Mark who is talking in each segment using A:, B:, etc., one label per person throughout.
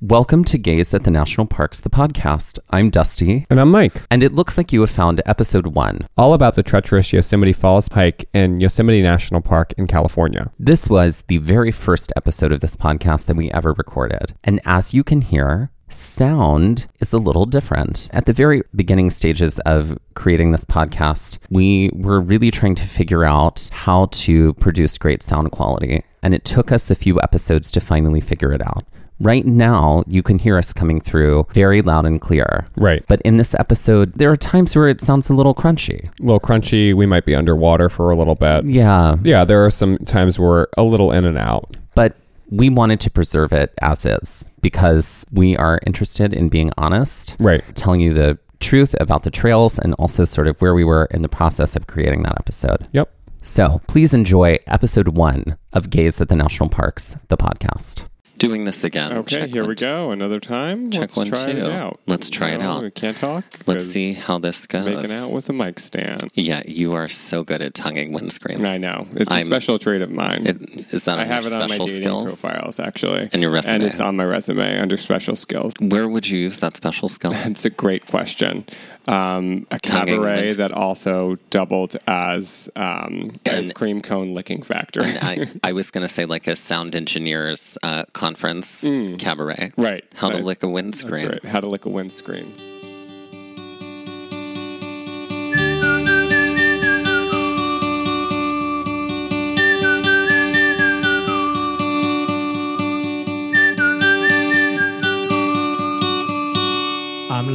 A: Welcome to Gaze at the National Parks, the podcast. I'm Dusty,
B: And I'm Mike,
A: and it looks like you have found episode one.
B: all about the treacherous Yosemite Falls hike in Yosemite National Park in California.
A: This was the very first episode of this podcast that we ever recorded. And as you can hear, sound is a little different. At the very beginning stages of creating this podcast, we were really trying to figure out how to produce great sound quality. And it took us a few episodes to finally figure it out. Right now, you can hear us coming through very loud and clear.
B: Right.
A: But in this episode, there are times where it sounds a little crunchy.
B: A little crunchy. We might be underwater for a little
A: Mm.
B: bit.
A: Yeah.
B: Yeah, there are some times we're a little in and out.
A: but we wanted to preserve it as is because we are interested in being honest,
B: Right.
A: telling you the truth about the trails and also sort of where we were in the process of creating that episode.
B: Yep.
A: So please enjoy episode one of Gaze at the National Parks, the podcast. Doing this again.
C: Okay,
A: Check
C: here we
A: one-
C: go. Another time.
A: Check
C: Let's
A: one,
C: try
A: two.
C: it out.
A: Let's try it out.
C: We can't talk.
A: Let's
C: 'cause
A: see how this goes.
C: making out with a mic stand.
A: Yeah, you are so good at tonguing windscreens.
C: I know it's
A: I'm-
C: a special trait of mine.
A: It, is that
C: I
A: on your
C: have it on my
A: special
C: dating
A: skills?
C: profiles actually,
A: And your resume.
C: and it's on my resume under special skills.
A: Where would you use that special skill?
C: It's a great question. Um, a
A: Tonguing
C: cabaret
A: wins.
C: that also doubled as um,
A: An-
C: ice cream cone licking factory.
A: I, I was going to say like a sound engineers uh, conference cabaret.
C: Mm. Right.
A: How to
C: Right.
A: lick a
C: That's
A: windscreen.
C: right. How to lick a windscreen.
D: I'm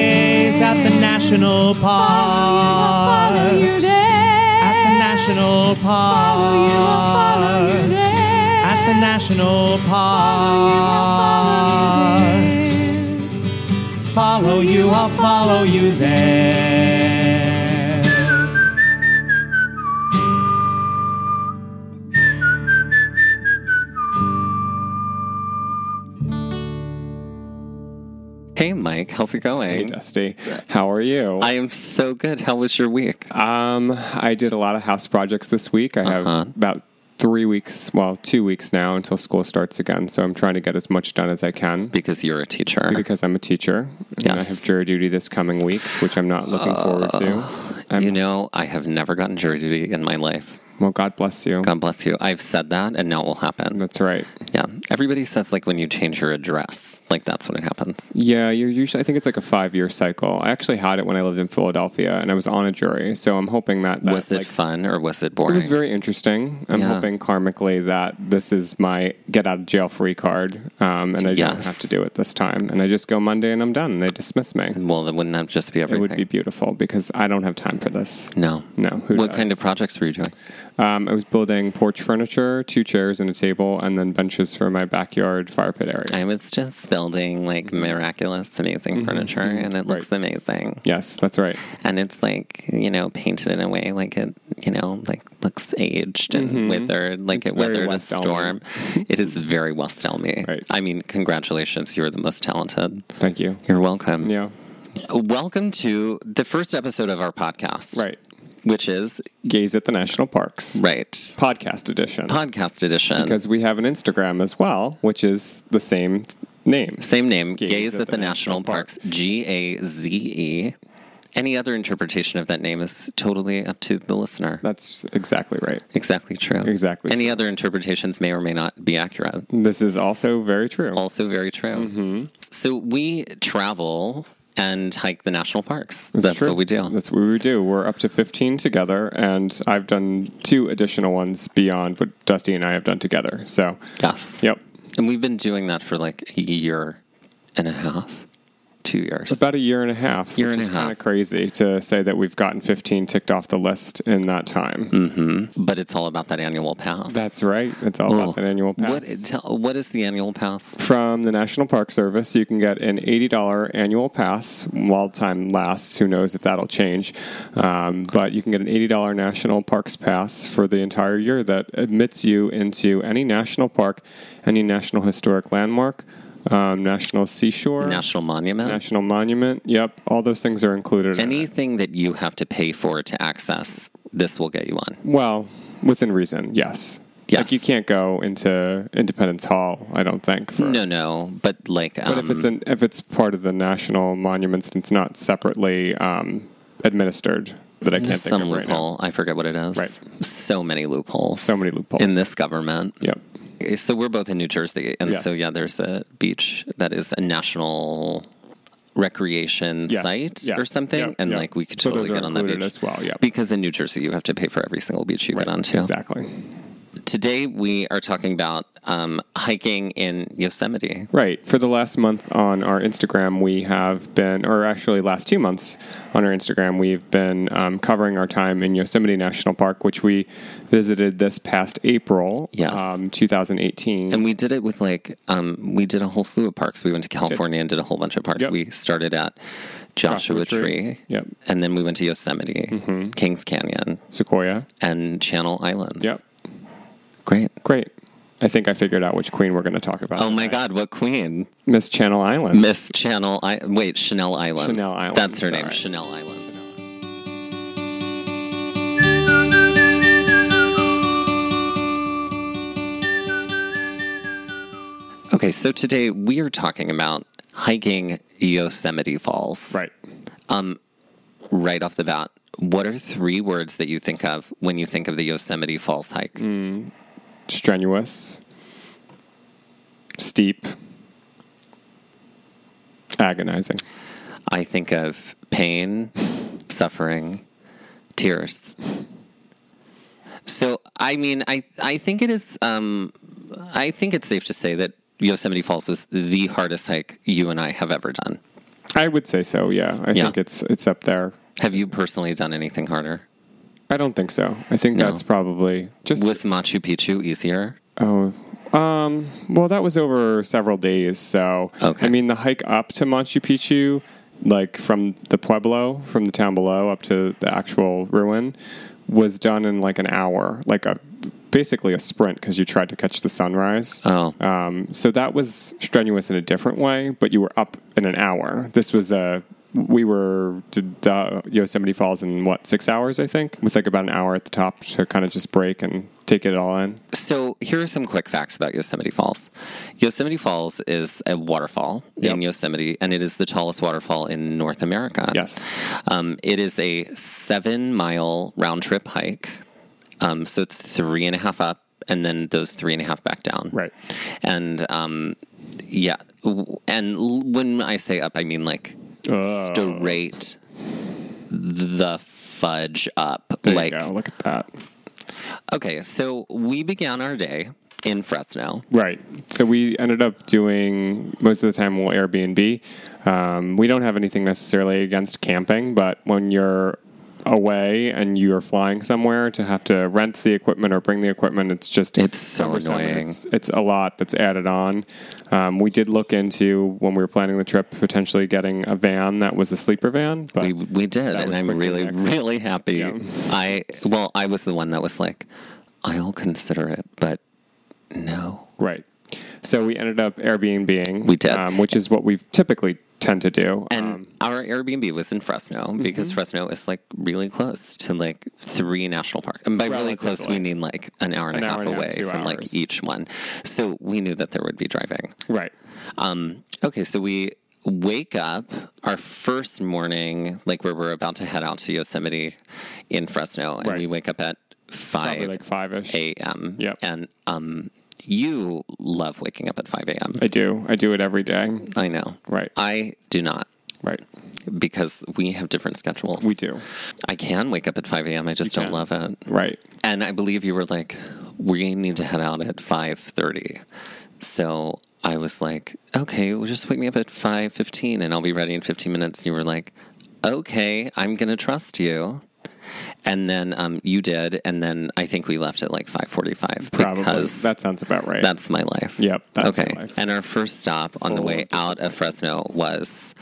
D: at the national park.
E: Follow you there.
D: At the national
E: Follow you, I'll follow you
D: park.
E: there.
D: At the national
E: Follow
D: park.
E: you, I'll follow you there.
D: Follow you, I'll follow you there.
A: Hey, Mike, how's it
C: Hey,
A: going?
C: Dusty. How are you?
A: I am so good. How was your week?
C: Um, I did a lot of house projects this week. I
A: Uh-huh.
C: have about three weeks, well, two weeks now until school starts again. So I'm trying to get as much done as I can
A: Because you're a teacher.
C: because I'm a teacher and
A: Yes.
C: I have jury duty this coming week, which I'm not looking forward to. I'm,
A: Uh, you know, I have never gotten jury duty in my life.
C: well, God bless you.
A: God bless you. I've said that, and now it will happen.
C: That's right.
A: Yeah.
F: Everybody says like when you change your address, like that's when it happens.
C: Yeah, you're usually. I think it's like a five-year cycle. I actually had it when I lived in Philadelphia, and I was on a jury. So I'm hoping that, that
F: was it
C: like,
F: fun or was it boring?
C: It was very interesting. I'm
F: Yeah.
C: hoping karmically that this is my get out of jail free card, um, and I don't
F: Yes.
C: have to do it this time. And I just go Monday and I'm done. They dismiss me.
F: well, then wouldn't that just be
C: It
F: everything?
C: would be beautiful because I don't have time for this.
F: no.
C: No, who
F: what
C: does?
F: kind of projects were you doing?
C: Um, I was building porch furniture, two chairs and a table, and then benches for my backyard fire pit area.
F: I was just building
C: Mm-hmm.
F: like miraculous, amazing furniture, and it looks amazing.
C: yes, that's right.
F: And it's like you know painted in a way like it you know like looks aged and withered, like
C: Mm-hmm. It's
F: it
C: very
F: weathered a
C: West Elmy.
F: storm. it is very West Elmy.
C: Right.
F: I mean, congratulations, you are the most talented.
C: Thank you.
F: You're welcome.
C: Yeah,
F: Welcome to the first episode of our podcast.
C: right.
F: Which is
C: Gaze at the national parks.
F: right.
C: Podcast edition.
F: Podcast edition.
C: because we have an Instagram as well, which is the same name.
F: Same name, Gaze,
C: E
F: E at, the, National, Parks, G A Z E. Any other interpretation of that name is totally up to the listener.
C: That's exactly right.
F: exactly true.
C: Exactly
F: Any other interpretations may or may not be accurate.
C: This is also very true.
F: Also, very true.
C: Mm-hmm.
F: So, we travel and hike the national parks. That's,
C: true.
F: what we do.
C: That's what we do. We're up to 15 together, and I've done two additional ones beyond what Dusty and I have done together. So,
F: yes.
C: yep.
F: And we've been doing that for like a year and a half, two years.
C: About a year and a half.
F: Year
C: which
F: and
C: is
F: a half.
C: kind of crazy to say that we've gotten 15 ticked off the list in that time.
F: Mm. but it's all about that annual pass.
C: That's right. It's all
F: Oh.
C: about that annual pass.
F: What, tell, what is the annual pass?
C: from the National Park Service. You can get an $80 annual pass while time lasts. Who knows if that'll change? Um, but you can get an $80 National Parks Pass for the entire year that admits you into any national park, any national historic landmark, um, national seashore,
F: National Monument?
C: national monument. Yep, all those things are included. in it.
F: Anything that you have to pay for to access, this will get you on.
C: Well, within reason, yes.
F: Yes.
C: Like you can't go into Independence Hall, I don't think. For
F: No, no, but like, um,
C: But if it's an if it's part of the national monuments and it's not separately um, administered, that I can't think
F: some
C: of right now.
F: loophole, I forget what it is.
C: Right.
F: So many loopholes.
C: So many loopholes.
F: in this government. Eh,
C: Yep.
F: So we're both in New Jersey, and
C: Yes.
F: so yeah, there's a beach that is a national recreation
C: Yes,
F: site
C: yes,
F: or something,
C: yep,
F: and
C: yep.
F: like we could
C: So
F: totally
C: those are
F: get on that
C: included
F: beach
C: as well, yep.
F: Because in New Jersey, you have to pay for every single beach you get onto.
C: Exactly.
F: Today we are talking about um, hiking in Yosemite.
C: Right. For the last month on our Instagram, we have been, or actually last two months on our Instagram, we've been um, covering our time in Yosemite National Park, which we visited this past April,
F: Yes.
C: um, 2018.
F: And we did it with like um, we did a whole slew of parks. We went to California and did a whole bunch of parks.
C: Yep.
F: We started at Joshua,
C: Joshua Tree.
F: Tree,
C: Yep. Mm-hmm.
F: and then we went to Yosemite, Kings Canyon,
C: Sequoia.
F: and Channel Islands.
C: Yep.
F: great.
C: Great. I think I figured out which queen we're going to talk about.
F: Oh my God, what queen?
C: Miss Channel Island.
F: Miss Channel. I wait, Chanel Islands.
C: Chanel Islands,
F: That's her name,
C: sorry.
F: Chanel Islands. Okay, so today we are talking about hiking Yosemite Falls.
C: Right.
F: Right off the bat, what are three words that you think of when you think of the Yosemite Falls hike?
C: strenuous, steep, agonizing.
F: I think of pain, suffering, tears. So I mean, I I think it is. Um, I think it's safe to say that Yosemite Falls was the hardest hike you and I have ever done.
C: I would say so. Yeah, I
F: Yeah.
C: think it's it's up there.
F: Have you personally done anything harder?
C: I don't think so. I think
F: No.
C: that's probably just
F: Was Machu Picchu easier?
C: oh. Um, well, that was over several days, so
F: Okay.
C: I mean the hike up to Machu Picchu, like from the pueblo, from the town below up to the actual ruin, was done in like an hour, like a basically a sprint because you tried to catch the sunrise.
F: Oh,
C: Um, so that was strenuous in a different way, but you were up in an hour. This was a we were did the Yosemite Falls in what six hours I think, with like about an hour at the top to kind of just break and take it all in.
F: So, here are some quick facts about Yosemite Falls. Yosemite Falls is a waterfall in
C: Yep.
F: Yosemite, and it is the tallest waterfall in North America.
C: Yes.
F: Um, it is a seven mile round trip hike. Um, so, it's three and a half up, and then those three and a half back down.
C: Right.
F: And um, yeah, W- and l- when I say up, I mean like
C: Oh.
F: straight the fudge up.
C: There
F: like
C: you go. Look at that.
F: okay, so we began our day in Fresno.
C: Right. So we ended up doing most of the time we'll Airbnb. Um, we don't have anything necessarily against camping, but when you're away and you're flying somewhere to have to rent the equipment or bring the equipment, it's just
F: It's so
C: cumbersome and
F: annoying.
C: It's, it's a lot that's added on. Um, we did look into when we were planning the trip potentially getting a van that was a sleeper van, but
F: We we did, and
C: was
F: I'm
C: freaking
F: really
C: next.
F: really happy.
C: Yeah.
F: I well, I was the one that was like, I'll consider it, but no.
C: right. So we ended up Airbnbing.
F: We did.
C: um, which is what we typically tend to do.
F: And
C: Um, mm-hmm.
F: our Airbnb was in Fresno because Fresno is like really close to like three national parks. And by really close, we
C: Relatively.
F: mean like an hour and
C: An
F: a
C: hour
F: half
C: and a half,
F: away
C: two
F: from like
C: hours.
F: each one. So we knew that there would be driving.
C: right.
F: Um, okay, so we wake up our first morning, like where we're about to head out to Yosemite in Fresno, and
C: Right.
F: we wake up at
C: Probably
F: five
C: like five ish.
F: a.m.
C: Yep.
F: And um, you love waking up at five a.m.
C: I do. I do it every day.
F: I know,
C: Right.
F: I do not
C: Right.
F: because we have different schedules.
C: We do.
F: I can wake up at 5 a.m. I just
C: You
F: don't
C: can.
F: love it.
C: Right.
F: And I believe you were like, we need to head out at 5.30. So I was like, okay, well, just wake me up at 5.15 and I'll be ready in 15 minutes. And you were like, okay, I'm going to trust you. And then um, you did. And then I think we left at like 5.45
C: Probably.
F: because
C: That sounds about right.
F: that's my life.
C: Yep, that's
F: okay.
C: your life.
F: And our first stop on the
C: Full
F: way
C: of-
F: out of Fresno was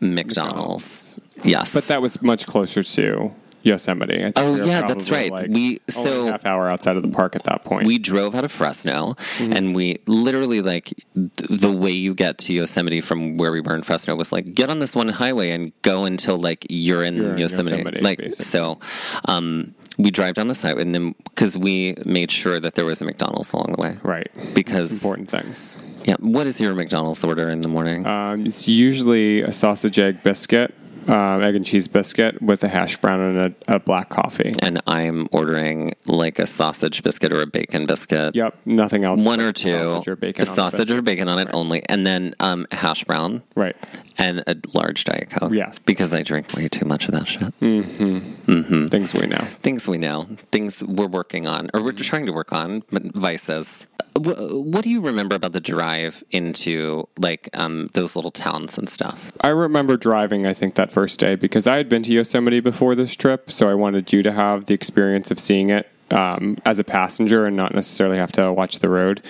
F: McDonald's. Yes.
C: but that was much closer to Yosemite. I think
F: Oh,
C: we were
F: yeah, that's
C: probably,
F: right.
C: Like
F: We-
C: only
F: so-
C: a half hour outside of the park at that point.
F: we drove out of Fresno
C: Mm-hmm.
F: and we literally like th- the way you get to Yosemite from where we were in Fresno was like get on this one highway and go until like you're in,
C: You're in
F: Yosemite.
C: Yosemite,
F: Like
C: basically.
F: so um we drive down this highway and then because we made sure that there was a McDonald's along the way.
C: right.
F: Because
C: Important things.
F: yeah, what is your McDonald's order in the morning?
C: Um, it's usually a sausage egg biscuit, um, egg and cheese biscuit with a hash brown and a, a black coffee.
F: and I'm ordering like a sausage biscuit or a bacon biscuit.
C: Yep. Nothing else.
F: One
C: but
F: or two.
C: Sausage or bacon.
F: a
C: on the
F: sausage or
C: biscuit.
F: bacon on it
C: Right.
F: only. And then um, hash brown.
C: Right.
F: and a large diet coke.
C: Yes.
F: because I drink way too much of that shit.
C: Mm.
F: Mm.
C: Things we know.
F: Things we know, things we're working on, or we're trying to work on, but vices. Wh- What do you remember about the drive into like um, those little towns and stuff?
C: I remember driving, I think, that first day because I had been to Yosemite before this trip, so I wanted you to have the experience of seeing it um, as a passenger and not necessarily have to watch the road.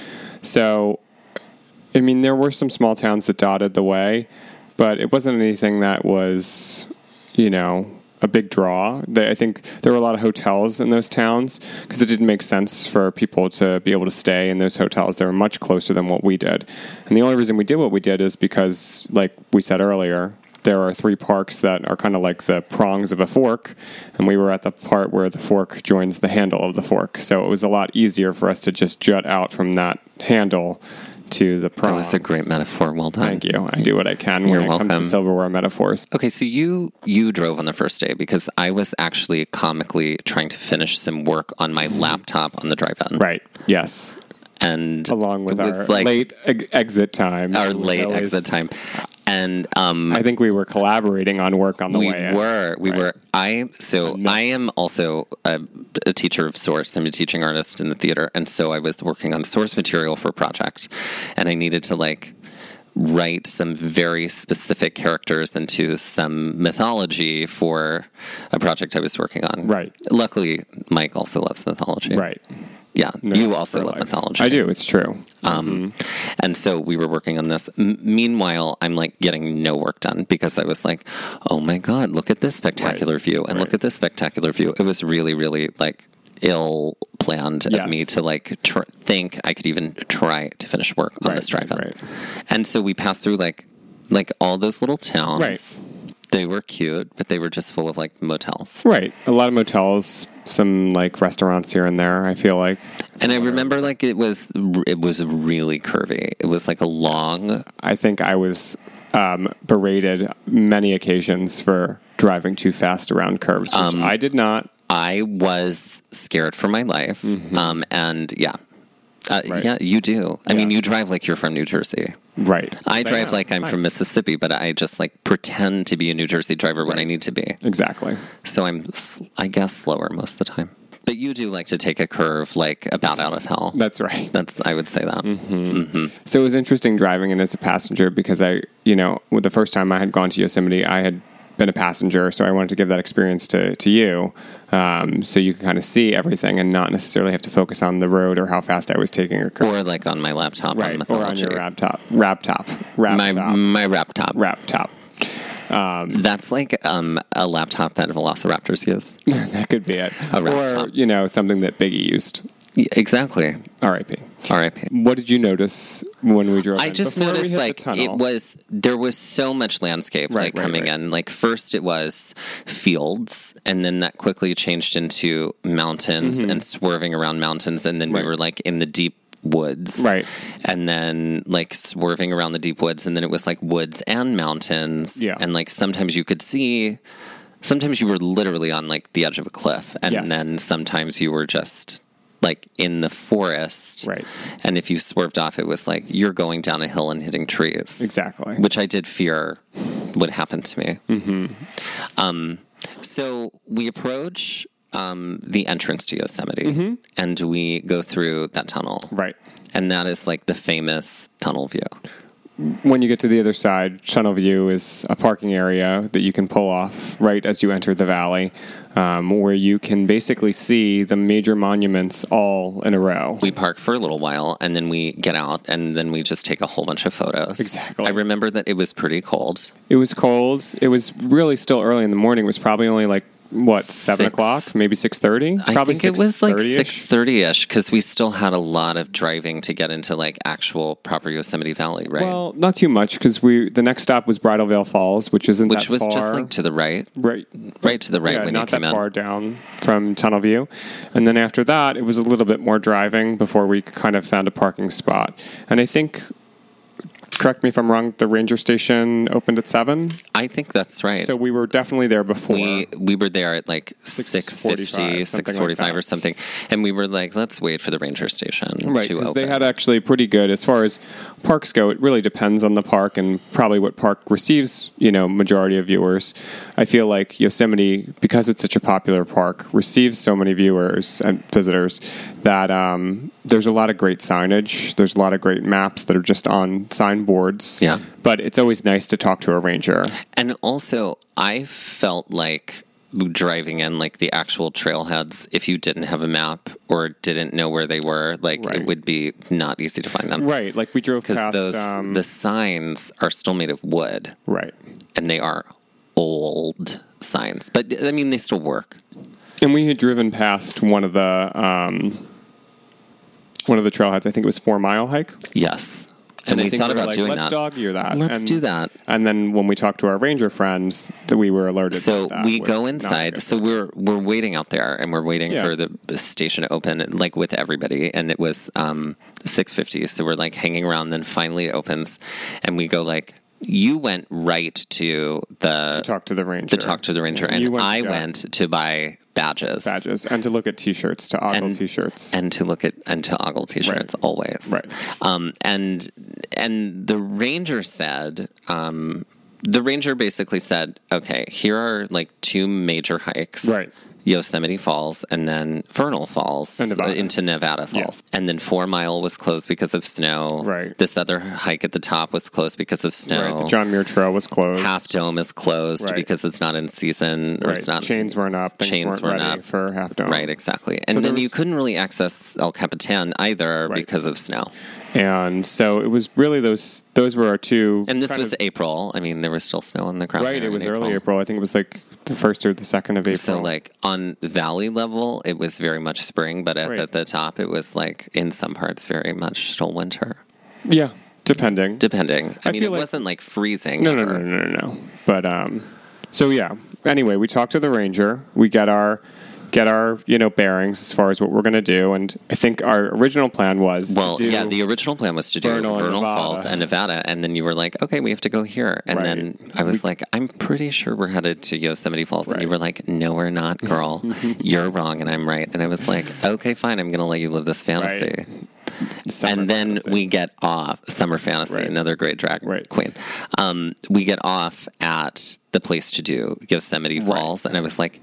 C: So, I mean, there were some small towns that dotted the way, but it wasn't anything that was, you know, a big draw. They, I think there were a lot of hotels in those towns because it didn't make sense for people to be able to stay in those hotels. They were much closer than what we did. And the only reason we did what we did is because, like we said earlier, there are three parks that are kind of like the prongs of a fork, and we were at the part where the fork joins the handle of the fork. So it was a lot easier for us to just jut out from that handle to the
F: That
C: prongs.
F: was a great metaphor. Well done.
C: Um, Thank you. I do what I can
F: You're
C: when it
F: welcome.
C: comes to silverware metaphors.
F: Okay, so you you drove on the first day because I was actually comically trying to finish some work on my laptop on the drive in.
C: Mm-hmm. Right. Yes.
F: and
C: Along with
F: it was
C: our
F: like,
C: late eg- exit time.
F: our
C: It was
F: late
C: always-
F: exit time, and um,
C: I think we were collaborating on work on the
F: we
C: way. in.
F: were we were i so i am also a, a teacher of source i'm a teaching artist in the theater and so i was working on source material for a project and i needed to like write some very specific characters into some mythology for a project i was working on
C: Right.
F: luckily mike also loves mythology
C: Right.
F: yeah
C: No,
F: you
C: it's
F: also
C: for
F: love
C: life.
F: mythology
C: I do. It's true.
F: um,
C: Mm-hmm.
F: And so we were working on this. M- meanwhile, I'm like getting no work done because I was like, oh my God, look at this spectacular
C: Right.
F: view and look
C: Right.
F: at this spectacular view. It was really, really like ill planned
C: Yes.
F: of me to like tr- think I could even try to finish work on
C: Right,
F: this drive
C: right,
F: And so we passed through like, like all those little towns.
C: Right.
F: They were cute, but they were just full of like motels.
C: Right. A lot of motels, some like restaurants here and there, I feel like.
F: And I remember like it was, it was really curvy. It was like a long,
C: I think I was um,
F: Um,
C: berated many occasions for driving too fast around curves, which I did not.
F: I was scared for my life. Um, and yeah. Uh,
C: Mm-hmm. Right.
F: Yeah, you do. I mean, you drive like you're from New Jersey.
C: Right.
F: I
C: Same.
F: drive like I'm from Mississippi, but I just like pretend to be a New Jersey driver when I need to be.
C: Exactly.
F: So I'm, s- I guess, slower most of the time. But you do like to take a curve, like about out of hell.
C: That's right.
F: That's I would say that.
C: Mm-hmm. So it was interesting driving in as a passenger because I, you know, with the first time I had gone to Yosemite, I had been a passenger, so I wanted to give that experience to to you, um, so you could kind of see everything and not necessarily have to focus on the road or how fast I was taking a curve,
F: Or like on my laptop on
C: right, or on
F: mythology.
C: your laptop, laptop,
F: my
C: laptop,
F: my laptop.
C: laptop.
F: That's like um, a laptop that velociraptors use.
C: That could be it,
F: A
C: or
F: laptop.
C: you know, something that Biggie used.
F: Y- exactly.
C: R.I.P.
F: R.I.P.
C: What did you notice when we drove?
F: I
C: in?
F: just
C: Before we
F: noticed
C: hit the
F: like
C: tunnel-
F: it was there was so much landscape
C: Right,
F: like
C: right,
F: coming
C: right.
F: in. Like first it was fields and then that quickly changed into mountains and swerving around mountains and then
C: Mm-hmm. Right.
F: we were like in the deep woods.
C: Right.
F: And then like swerving around the deep woods and then it was like woods and mountains.
C: Yeah.
F: And like sometimes you could see sometimes you were literally on like the edge of a cliff and
C: Yes.
F: then sometimes you were just like in the forest
C: Right.
F: and if you swerved off it was like you're going down a hill and hitting trees
C: exactly
F: which i did fear would happen to me mm-hmm. um, so we approach um, the entrance to yosemite and we go through that tunnel
C: Mm-hmm. right.
F: and that is like the famous tunnel view
C: when you get to the other side, Tunnel View is a parking area that you can pull off right as you enter the valley, um, where you can basically see the major monuments all in a row.
F: we park for a little while and then we get out and then we just take a whole bunch of photos
C: Exactly.
F: i remember that it was pretty cold
C: It was cold. It was really still early in the morning. It was probably only like what seven
F: Six.
C: o'clock, maybe six thirty.
F: I think it was like six thirty ish because we still had a lot of driving to get into like actual proper Yosemite Valley, right?
C: Well, not too much because we the next stop was Bridal Veil Falls, which isn't
F: Which
C: that
F: was just
C: far.
F: like to the right,
C: right
F: right to the right
C: yeah,
F: when you
C: not
F: came
C: that
F: out.
C: far down from Tunnel View. And then after that, it was a little bit more driving before we kind of found a parking spot. And I think, correct me if I'm wrong, the ranger station opened at seven,
F: I think that's right.
C: so we were definitely there before.
F: we we were there at like
C: 6:45,
F: 650
C: something like
F: 645
C: that.
F: or something and we were like let's wait for the ranger station
C: Right,
F: to
C: because
F: open
C: they had actually pretty good as far as parks go. It really depends on the park and probably what park receives, you know, majority of viewers. I feel like Yosemite, because it's such a popular park, receives so many viewers and visitors that um, there's a lot of great signage. There's a lot of great maps that are just on signboards.
F: Yeah.
C: but it's always nice to talk to a ranger.
F: And also, I felt like driving in like the actual trailheads if you didn't have a map or didn't know where they were like
C: Right.
F: it would be not easy to find them
C: Right, like we drove
F: because
C: past.
F: those
C: um,
F: the signs are still made of wood
C: right.
F: and they are old signs but i mean they still work
C: And we had driven past one of the um, one of the trailheads. I think it was Four Mile Hike.
F: yes and,
C: I
F: we
C: think
F: thought
C: were
F: about
C: like,
F: doing
C: Let's
F: that
C: dog ear that.
F: Let's
C: and,
F: do that.
C: And then when we talked to our ranger friends, that we were alerted.
F: so
C: that that
F: we
C: was
F: go
C: not
F: inside
C: good.
F: so we're we're waiting out there and we're waiting
C: Yeah.
F: for the station to open like with everybody and it was um 650 so we're like hanging around then finally it opens and we go like you went right to the
C: talk to the ranger.
F: to talk to the ranger and
C: You went-
F: i
C: yeah.
F: went to buy badges
C: badges and to look at t-shirts, to ogle
F: And-
C: t-shirts.
F: and to look at and to ogle t-shirts
C: Right.
F: always
C: Right.
F: um and and the ranger said um the ranger basically said okay here are like two major hikes
C: Right.
F: Yosemite Falls and then Vernal Falls
C: And Nevada.
F: uh, into Nevada Falls. And then Four Mile was closed because of snow.
C: Right.
F: This other hike at the top was closed because of snow.
C: right, the John Muir Trail was closed.
F: Half Dome is closed
C: Right.
F: because it's not in season or
C: right,
F: it's not
C: chains weren't up. Things
F: Chains
C: weren't,
F: weren't
C: ready
F: up.
C: for half dome.
F: Right, exactly. And
C: So there
F: then you
C: was-
F: couldn't really access El Capitan either
C: Right.
F: because of snow.
C: And so it was really those. Those were our two.
F: And this
C: kind
F: was
C: of-
F: April. I mean, there was still snow on the ground.
C: right.
F: there
C: It
F: in
C: was early April. I think it was like the first or the second of April.
F: So, like on valley level, it was very much spring, but up
C: Right.
F: at the top, it was like in some parts very much still winter,
C: yeah, depending.
F: depending. I,
C: I
F: mean,
C: feel
F: it
C: like-
F: wasn't like freezing.
C: No, no,
F: ever.
C: no, no, no, no. But um, so yeah. Anyway, we talked to the ranger. We got our get our you know bearings as far as what we're going to do. And I think our original plan was
F: Well,
C: to do,
F: yeah, the original plan was to do
C: Vernal
F: Vernal,
C: and Nevada.
F: Falls and Nevada, and then you were like, okay, we have to go here. And
C: Right.
F: then I was like, I'm pretty sure we're headed to Yosemite Falls. And you
C: Right.
F: were like, no, we're not, girl. You're wrong, and I'm right. And I was like, okay, fine, I'm going to let you live this fantasy.
C: summer
F: and then
C: fantasy.
F: we get off Summer Fantasy,
C: Right.
F: another great drag
C: Right.
F: queen. Um, we get off at the place to do Yosemite Falls, and I was like,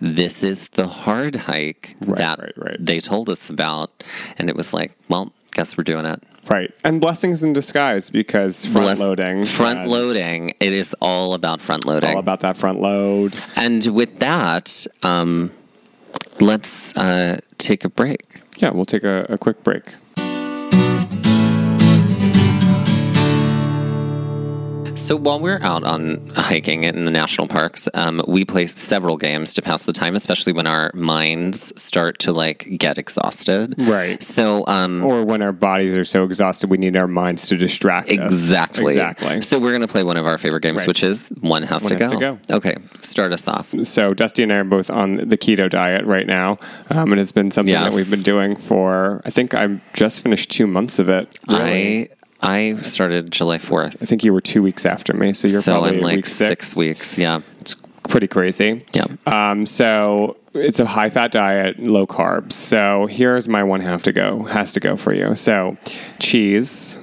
F: "This is the hard hike
C: Right,
F: that
C: right, right.
F: they told us about," and it was like, "Well, guess we're doing it."
C: right and blessings in disguise because front
F: Bless-
C: loading
F: front
C: and
F: loading. It is all about front loading.
C: all about that front load.
F: and with that, um, let's uh, take a break.
C: Yeah, we'll take a, a quick break.
F: So while we're out on hiking in the national parks, um, we play several games to pass the time, especially when our minds start to like get exhausted.
C: Right.
F: So um,
C: Or when our bodies are so exhausted, we need our minds to distract us.
F: exactly.
C: Exactly.
F: So we're gonna play one of our favorite games,
C: Right.
F: which is one has, to,
C: Has to
F: go.
C: Go.
F: Okay, start us off.
C: so Dusty and I are both on the keto diet right now, um, and it's been something
F: Yes.
C: that we've been doing for. I think I'm just finished two months of it.
F: I I started July fourth,
C: I think you were two weeks after me, so you're
F: so
C: probably
F: in like
C: week six.
F: weeks. Yeah.
C: It's pretty crazy.
F: Yeah.
C: Um, so it's a high fat diet, low carbs. So here's my one have to go has to go for you. So cheese,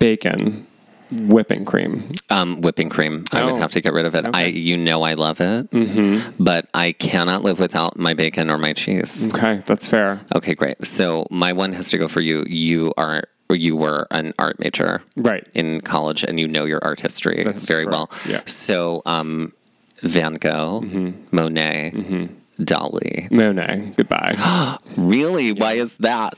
C: bacon, whipping cream.
F: Um, whipping cream. I
C: Oh.
F: would have to get rid of it. I, you know, I love it, mm-hmm. but I cannot live without my bacon or my cheese.
C: Okay, that's fair.
F: Okay, great. So my one has to go for you. You are or you were an art major,
C: Right.
F: in college, and you know your art history
C: That's
F: very
C: correct,
F: well.
C: yeah. Mm-hmm.
F: So um, Van Gogh, Monet, Dali.
C: Monet, goodbye.
F: Really? Why is that?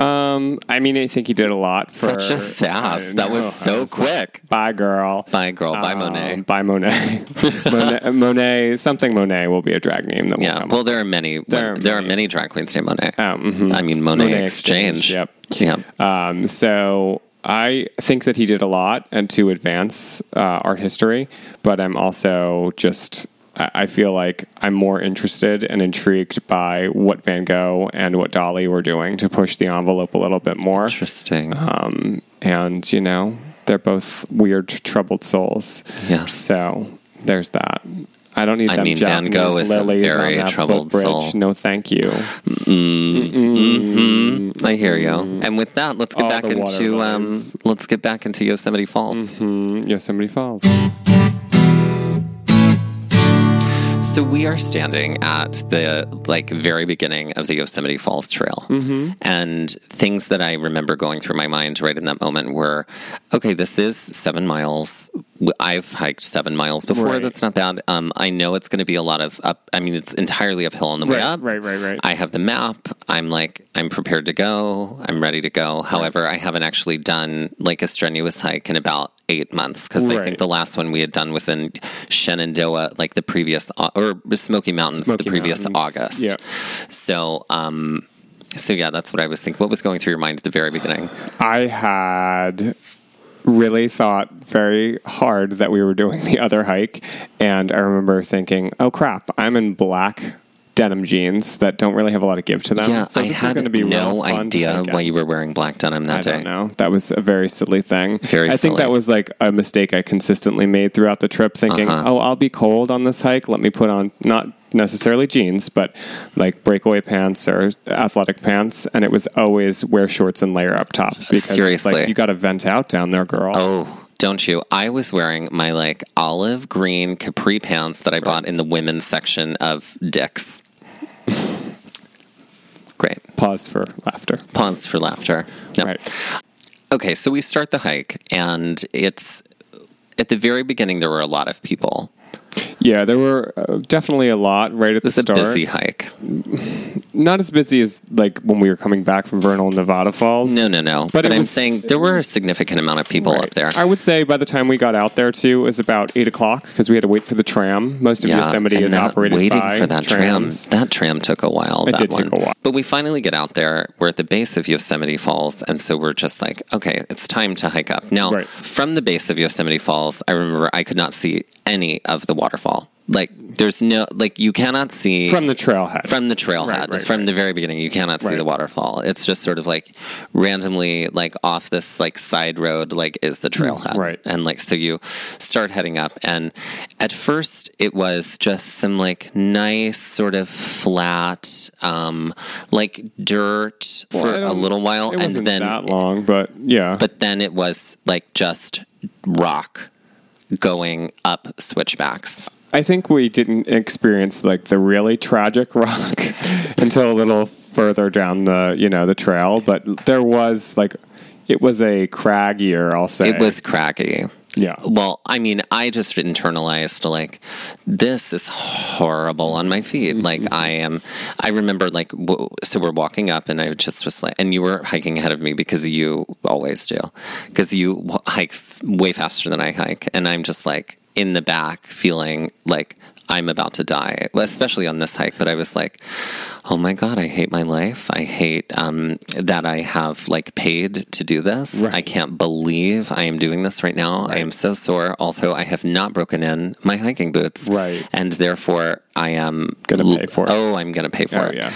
C: um, I mean, I think he did a lot for
F: Such a
C: I
F: sass. That
C: know.
F: was so quick.
C: Bye, girl.
F: Bye, girl. Bye,
C: Um,
F: Monet.
C: Bye, Monet. Monet. Monet. Something Monet will be a drag name. That will
F: Yeah.
C: come
F: Well, there are many.
C: um, There
F: There,
C: are
F: are
C: many.
F: many drag queens named Monet.
C: up. Um, mhm.
F: I mean, Monet,
C: Monet
F: Exchange.
C: Yep.
F: Yeah.
C: Um, so I think that he did a lot and to advance uh, art history, but I'm also just. I I feel like I'm more interested and intrigued by what Van Gogh and what Dolly were doing to push the envelope a little bit more.
F: Interesting.
C: uh-huh. And, you know, they're both weird, troubled souls.
F: Yes.
C: So there's that. I don't need
F: I
C: them
F: mean, Van
C: Japanese
F: Gogh is a
C: lilies
F: very
C: on that
F: troubled
C: footbridge.
F: soul.
C: No, thank you.
F: I hear you. And with that, let's get
C: All
F: back
C: the water
F: into um,
C: lilies.
F: let's get back into Yosemite Falls.
C: Yosemite Falls.
F: So we are standing at the like very beginning of the Yosemite Falls Trail,
C: Mm-hmm.
F: and things that I remember going through my mind right in that moment were, okay, this is seven miles. W- I've hiked seven miles before.
C: Right.
F: That's not bad. Um, I know it's going to be a lot of up. I mean, it's entirely uphill on the way
C: Right,
F: up.
C: right, right, right.
F: I have the map. I'm like, I'm prepared to go. I'm ready to go. However, I haven't actually done like a strenuous hike in about eight months because I
C: Right.
F: think the last one we had done was in Shenandoah, like the previous au- or Smoky Mountains,
C: Smoky
F: the previous
C: Mountains.
F: August.
C: Yeah.
F: So, um, so yeah, that's what I was thinking. What was going through your mind at the very beginning?
C: I had really thought very hard that we were doing the other hike. And I remember thinking, oh crap, I'm in black denim jeans that don't really have a lot of give to them.
F: yeah,
C: Um, so
F: I
C: this is
F: had
C: going to be real
F: no
C: fun to
F: idea
C: hike
F: why
C: in.
F: you were wearing black denim that
C: I
F: day.
C: don't know. That was a very silly thing.
F: Very
C: I think
F: silly.
C: that was like a mistake I consistently made throughout the trip, thinking,
F: Uh-huh.
C: "Oh, I'll be cold on this hike. Let me put on not necessarily jeans, but like breakaway pants or athletic pants." And it was always wear shorts and layer up top because it's
F: Seriously.
C: like you got to vent out down there, girl.
F: Oh, don't you? I was wearing my like olive green capri pants that I bought in the women's section of Dick's. Great.
C: Pause for laughter.
F: Pause for laughter. No.
C: Right.
F: Okay, so we start the hike, and it's at the very beginning, there were a lot of people.
C: Yeah, there were uh, definitely a lot right at the
F: It's a
C: start.
F: busy hike.
C: Not as busy as like when we were coming back from Vernal Nevada Falls.
F: No, no, no.
C: But
F: But,
C: it
F: I'm
C: was-
F: saying there were a significant amount of people up there.
C: I would say by the time we got out there too, it was about eight o'clock because we had to wait for the tram. Most of Yosemite
F: and
C: is
F: that-
C: operated
F: waiting
C: by
F: for that
C: trams.
F: tram. That tram took a while.
C: It
F: that
C: did
F: one.
C: take a while.
F: But we finally get out there. We're at the base of Yosemite Falls, and so we're just like, okay, it's time to hike up. Now,
C: Right.
F: from the base of Yosemite Falls, I remember I could not see any of the waterfall. Like there's no like you cannot see
C: from the trailhead.
F: from the trailhead
C: Right, right,
F: from
C: right.
F: the very beginning you cannot see
C: Right.
F: the waterfall it's just sort of like randomly like off this like side road like is the trailhead
C: Hmm, Right.
F: and like so you start heading up and at first it was just some like nice sort of flat um like dirt
C: Well, I
F: for a
C: don't-
F: little while
C: it
F: and
C: wasn't
F: then
C: that long, but yeah,
F: but then it was like just rock going up switchbacks
C: I think we didn't experience like the really tragic rock until a little further down the you know the trail. But there was like it was a craggier. I'll say
F: it was craggy
C: yeah.
F: Well, I mean, I just internalized like this is horrible on my feet. Like I am, I remember like w- so we're walking up, and I just was like, and you were hiking ahead of me because you always do, because you w- hike f- way faster than I hike, and I'm just like in the back feeling like I'm about to die, well, especially on this hike. But I was like, oh my God, I hate my life. I hate um, that I have like paid to do this. I can't believe I am doing this right now. I am so sore. Also, I have not broken in my hiking boots.
C: Right.
F: And therefore, I am
C: Gonna pay for it.
F: Oh, I'm going to pay for
C: Oh,
F: it.
C: yeah.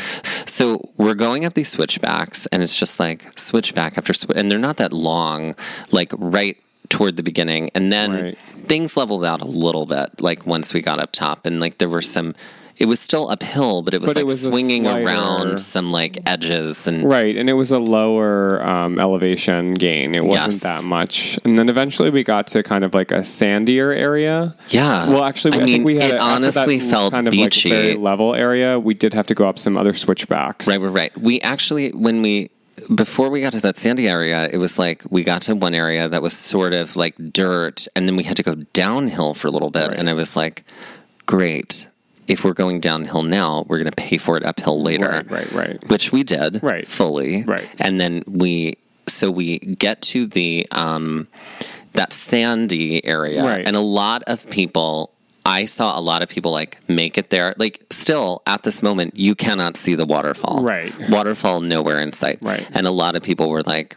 F: So we're going up these switchbacks, and it's just like switchback after switch, and they're not that long, like right toward the beginning, and then
C: Right.
F: things leveled out a little bit, like once we got up top, and like there were some. It was still uphill, but it was
C: But it
F: like
C: was a
F: swinging
C: slighter-
F: around some like edges and
C: Right, and it was a lower um, elevation gain. It wasn't
F: Yes.
C: that much, and then eventually we got to kind of like a sandier area.
F: yeah.
C: Well, actually, I,
F: mean,
C: think we had
F: it
C: after that
F: honestly felt
C: kind of
F: beachy.
C: like very level area. We did have to go up some other switchbacks.
F: Right, right, right. We actually, when we, before we got to that sandy area, it was like we got to one area that was sort of like dirt, and then we had to go downhill for a little bit. And I was like, great. If we're going downhill now, we're going to pay for it uphill later.
C: Right, right, right.
F: Which we did.
C: Right.
F: Fully.
C: Right.
F: And then we, so we get to the, um, that sandy area.
C: Right.
F: And a lot of people, I saw a lot of people like make it there. Like, still at this moment, you cannot see the waterfall.
C: Right.
F: Waterfall nowhere in sight.
C: Right.
F: And a lot of people were like,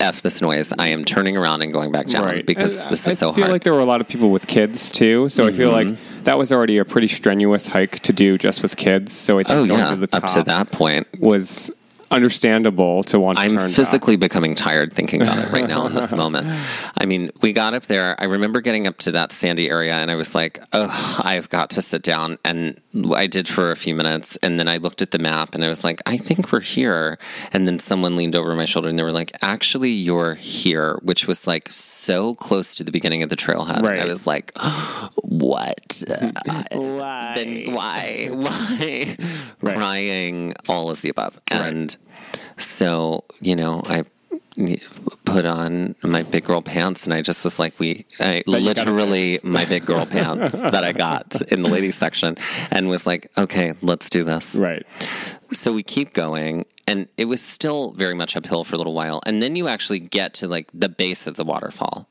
F: F this noise. I am turning around and going back down because
C: And
F: this
C: I
F: is so
C: feel
F: hard. Mm-hmm.
C: like there were a lot of people with kids too, so I feel like that was already a pretty strenuous hike to do just with kids. So I think
F: oh,
C: going
F: yeah.
C: to the top
F: Up to that point.
C: was understandable to want to
F: I'm
C: turn
F: physically becoming tired thinking about it right now in this moment. I mean, we got up there. I remember getting up to that sandy area and I was like, oh, I've got to sit down. And I did for a few minutes. And then I looked at the map and I was like, I think we're here. And then someone leaned over my shoulder and they were like, actually, you're here, which was like so close to the beginning of the trailhead. And I
C: Right.
F: was like, what?
C: Why?
F: then why why
C: Right.
F: crying all of the above and so you know i put on my big girl pants and i just was like we i
C: you gotta
F: literally
C: fix.
F: my big girl pants that i got in the ladies section and was like okay let's do this
C: Right.
F: so we keep going and it was still very much uphill for a little while and then you actually get to like the base of the waterfall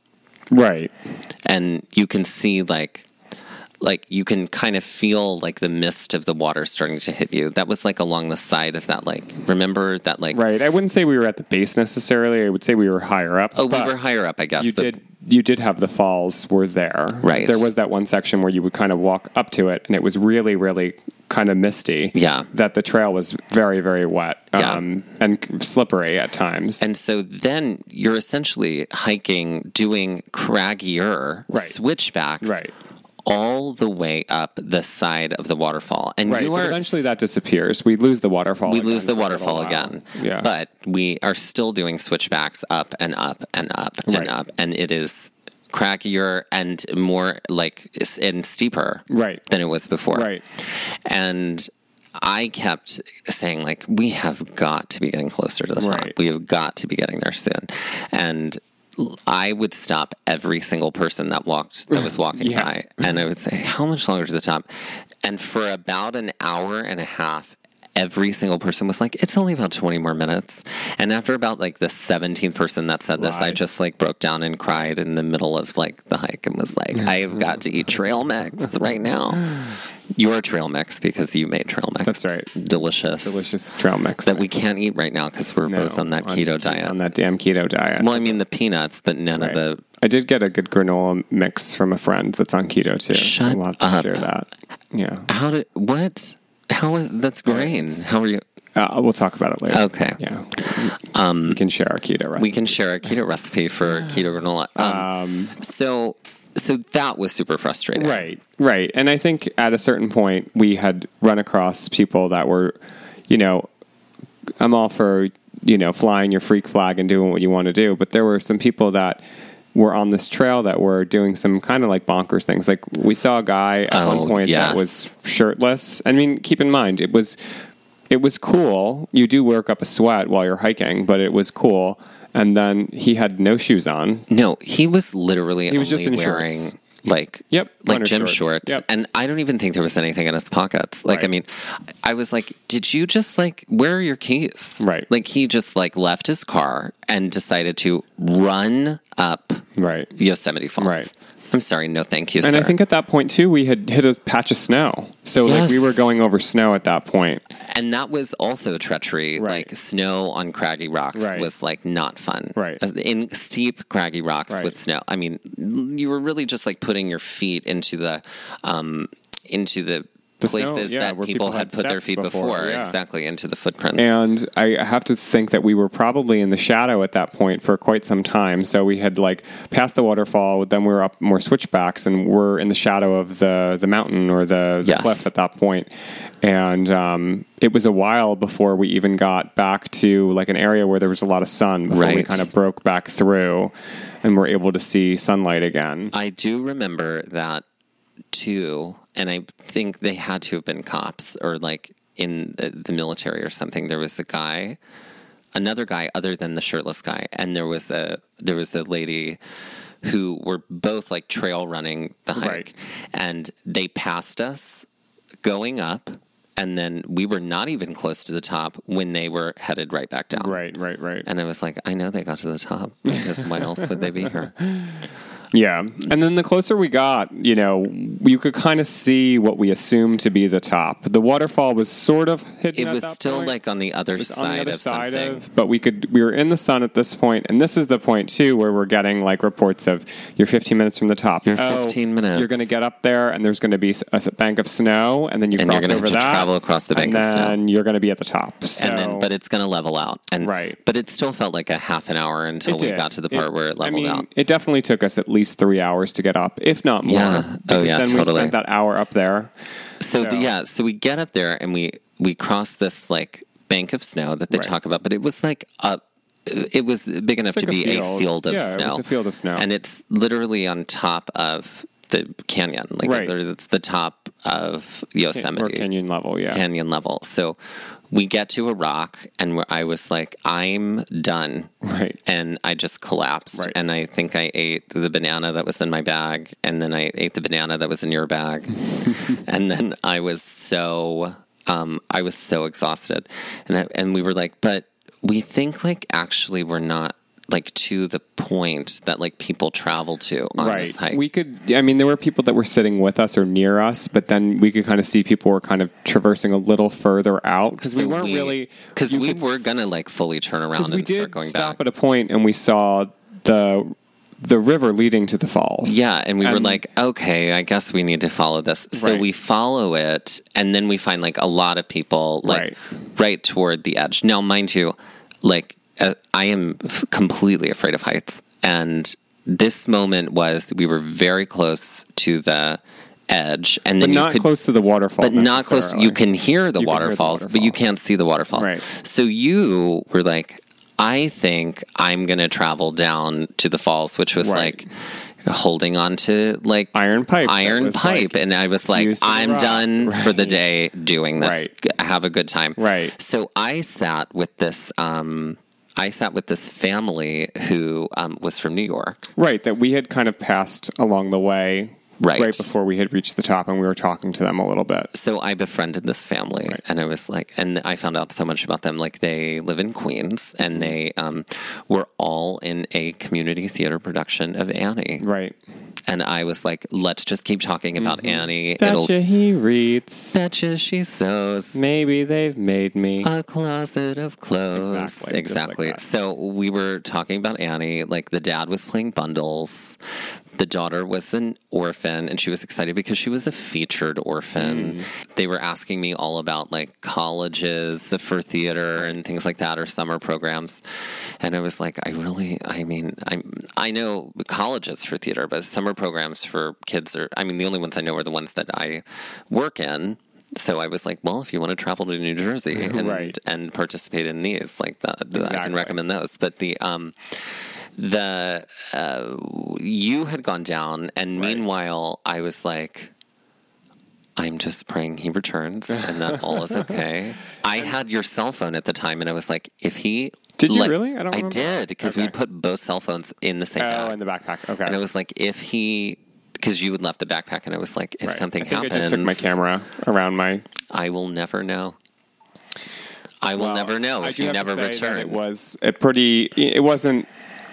C: Right.
F: and you can see like like you can kind of feel like the mist of the water starting to hit you. That was like along the side of that like remember that like
C: Right. I wouldn't say we were at the base necessarily. I would say we were higher up.
F: oh we
C: but
F: were higher up I guess.
C: You
F: but-
C: did you did have the falls were there.
F: Right.
C: There was that one section where you would kind of walk up to it and it was really, really kind of misty.
F: Yeah.
C: That the trail was very, very wet. um,
F: Yeah.
C: and slippery at times.
F: And so then you're essentially hiking, doing craggier
C: Right.
F: switchbacks
C: Right.
F: all the way up the side of the waterfall. And
C: Right,
F: you
C: but
F: are
C: eventually that disappears. We lose the waterfall.
F: we
C: again
F: lose the
C: for a little
F: waterfall
C: while.
F: again.
C: Yeah,
F: But we are still doing switchbacks up and up and up and
C: Right.
F: up. And it is crackier and more like s- and steeper
C: Right.
F: than it was before.
C: Right.
F: And I kept saying, like, we have got to be getting closer to the top.
C: Right.
F: We have got to be getting there soon. And l- I would stop every single person that walked that was walking
C: Yeah.
F: by and I would say, How much longer to the top? And for about an hour and a half, every single person was like, It's only about 20 more minutes. And after about like the 17th person that said this, I
C: Lies.
F: just like broke down and cried in the middle of like the hike and was like, I have got to eat trail mix right now. Your trail mix because you made trail mix.
C: That's right.
F: Delicious.
C: delicious trail mix
F: That we can't eat right now because we're
C: No,
F: both on that keto diet.
C: On that damn keto diet.
F: Well, I mean the peanuts, but none
C: Right.
F: of the
C: I did get a good granola mix from a friend that's on keto too.
F: Shut
C: so we'll have to
F: up.
C: share that. Yeah.
F: How did what? How is that's grain? How are you?
C: Uh, we'll talk about it later.
F: Okay.
C: Yeah. Um, we can share our keto recipe.
F: We can share a keto recipe for keto granola. Um, so, so that was super frustrating.
C: Right, right. And I think at a certain point, we had run across people that were, you know, I'm all for, you know, flying your freak flag and doing what you want to do. But there were some people that were on this trail that were doing some kind of like bonkers things. Like we saw a guy at
F: Oh,
C: one point
F: yes.
C: that was shirtless. I mean, keep in mind, it was it was cool. You do work up a sweat while you're hiking, but it was cool. And then he had no shoes on.
F: No, he was literally
C: was
F: only
C: just in
F: wearing
C: shorts.
F: like
C: Yep,
F: like
C: runner
F: gym shorts,
C: shorts. Yep.
F: and I don't even think there was anything in his pockets. Like I
C: Right.
F: mean, I was like, did you just like where are your keys?
C: Right.
F: like he just like left his car and decided to run up
C: Right.
F: Yosemite Falls.
C: Right.
F: I'm sorry, no, thank you.
C: And
F: sir.
C: I think at that point too, we had hit a patch of snow. So like we
F: Yes.
C: were going over snow at that point.
F: and that was also treachery.
C: Right.
F: Like snow on craggy rocks
C: Right.
F: was like not fun. Uh,
C: Right.
F: In steep craggy rocks
C: Right.
F: with snow. I mean, you were really just like putting your feet into the, um, into the.
C: The snow,
F: places
C: yeah,
F: that
C: where
F: people,
C: people
F: had
C: had
F: put their
C: stepped
F: feet before,
C: before, yeah.
F: exactly into the footprints
C: And I I have to think that we were probably in the shadow at that point for quite some time. So we had like passed the waterfall, then we were up more switchbacks and we're in the shadow of the, the mountain or the, the
F: Yes.
C: cliff at that point. And um, it was a while before we even got back to like an area where there was a lot of sun before we
F: Right.
C: kind of broke back through and were able to see sunlight again.
F: I do remember that too, and I think they had to have been cops or like in the, the military or something. There was a guy, another guy other than the shirtless guy, and there was a there was a lady who were both like trail running the hike,
C: Right.
F: and they passed us going up. And then we were not even close to the top when they were headed right back down.
C: Right, right, right.
F: And I was like, I know they got to the top because why else would they be here?
C: Yeah. And then the closer we got, you know, you could kind of see what we assumed to be the top. The waterfall was sort of hidden.
F: it
C: at
F: was
C: that
F: still
C: point.
F: like on the other
C: It's
F: side of something.
C: but we could we were in the sun at this point and this is the point too where we're getting like reports of you're 15 minutes from the top Oh,
F: You're 15 minutes.
C: you're going to get up there and there's going to be s- a s- bank of snow and then you
F: And you're
C: cross
F: gonna
C: over
F: have to
C: that
F: travel across the bank
C: and
F: of snow.
C: then you're going to be at the top so
F: and then, but it's going to level out, and
C: Right.
F: But it still felt like a half an hour until
C: It
F: we
C: did.
F: got to the part
C: It-
F: where it leveled
C: I mean,
F: out.
C: It definitely took us at least three hours to get up, if not more.
F: Yeah. Oh,
C: because
F: yeah,
C: Then
F: totally.
C: we spent that hour up there.
F: So the-
C: so-
F: yeah, so we get up there and we we cross this like bank of snow that they
C: Right.
F: talk about, but it was like up. It was big enough
C: It's
F: to
C: like
F: be
C: a
F: a
C: field.
F: field of
C: Yeah, it
F: snow.
C: was a field of snow.
F: and it's literally on top of the canyon. Like
C: Right.
F: it's- it's the top of Yosemite.
C: Or canyon level, yeah.
F: canyon level. So we get to a rock, and where I was like, I'm done.
C: Right.
F: And I just collapsed.
C: Right.
F: And I think I ate the banana that was in my bag, and then I ate the banana that was in your bag. and then I was so, um, I was so exhausted. And, I, and we were like, but we think like actually we're not like to the point that like people travel to on this hike.
C: We could, I mean, there were people that were sitting with us or near us, but then we could kind of see people were kind of traversing a little further out because we
F: So
C: weren't really.
F: because
C: you
F: we
C: could
F: were gonna like fully turn around
C: Because we
F: and
C: did
F: start going
C: stop
F: back.
C: at a point and we saw the the river leading to the falls.
F: Yeah, and we were like, okay, I guess we need to follow this. So
C: Right.
F: we follow it, and then we find like a lot of people like right,
C: Right.
F: toward the edge. Now, mind you, like uh, I am f- completely afraid of heights, and this moment was we were very close to the edge, and
C: but
F: then
C: not
F: you could,
C: close to the waterfall.
F: but not close. You
C: necessarily.
F: can hear the
C: You can hear the
F: waterfalls, but you
C: waterfall.
F: can't see the waterfalls.
C: Right.
F: So you were like, I think I'm gonna travel down to the falls, which was
C: Right.
F: like holding on to like
C: Iron pipe that
F: iron
C: was,
F: pipe,
C: like,
F: and I was like,
C: fused to the
F: I'm
C: rock."
F: done for the
C: Right.
F: day doing this.
C: Right.
F: G- Have a good time.
C: Right.
F: So I sat with this. Um, I sat with this family who um, was from New York.
C: Right, that we had kind of passed along the way
F: Right.
C: right before we had reached the top and we were talking to them a little bit.
F: so I befriended this family, and I was like, and I found out so much about them. Like they live in Queens,
C: Mm-hmm.
F: and they um, were all in a community theater production of Annie.
C: Right.
F: And I was like, let's just keep talking about
C: Mm-hmm.
F: Annie.
C: Betcha he reads.
F: betcha she sews
C: Maybe they've made me.
F: a closet of clothes.
C: Mm-hmm. Exactly, just like that.
F: so we were talking about Annie. Like the dad was playing bundles. The daughter was an orphan, and she was excited because she was a featured orphan. They were asking me all about like colleges for theater and things like that, or summer programs. And I was like, I really, I mean, I am I know colleges for theater, but summer programs for kids are. I mean, the only ones I know are the ones that I work in. So I was like, well, if you want to travel to New Jersey and
C: Right.
F: and participate in these, like the, the- I can
C: Exactly.
F: recommend those. But the um, the uh, you had gone down, and meanwhile, I was like. I'm just praying he returns and that all is okay. I had your cell phone at the time, and I was like, if he
C: Did you
F: like-
C: really? I don't
F: I
C: remember.
F: did because we
C: Okay.
F: put both cell phones in the same. bag.
C: Oh, in the backpack. Okay.
F: And I was like, if he, because you had left the backpack, and I was like, if
C: Right.
F: something
C: I think
F: happens,
C: I just took my camera around my.
F: I will never know. I will
C: Well,
F: never know
C: I
F: if
C: do
F: you
C: have to
F: never
C: say that
F: return.
C: It was a pretty. It wasn't.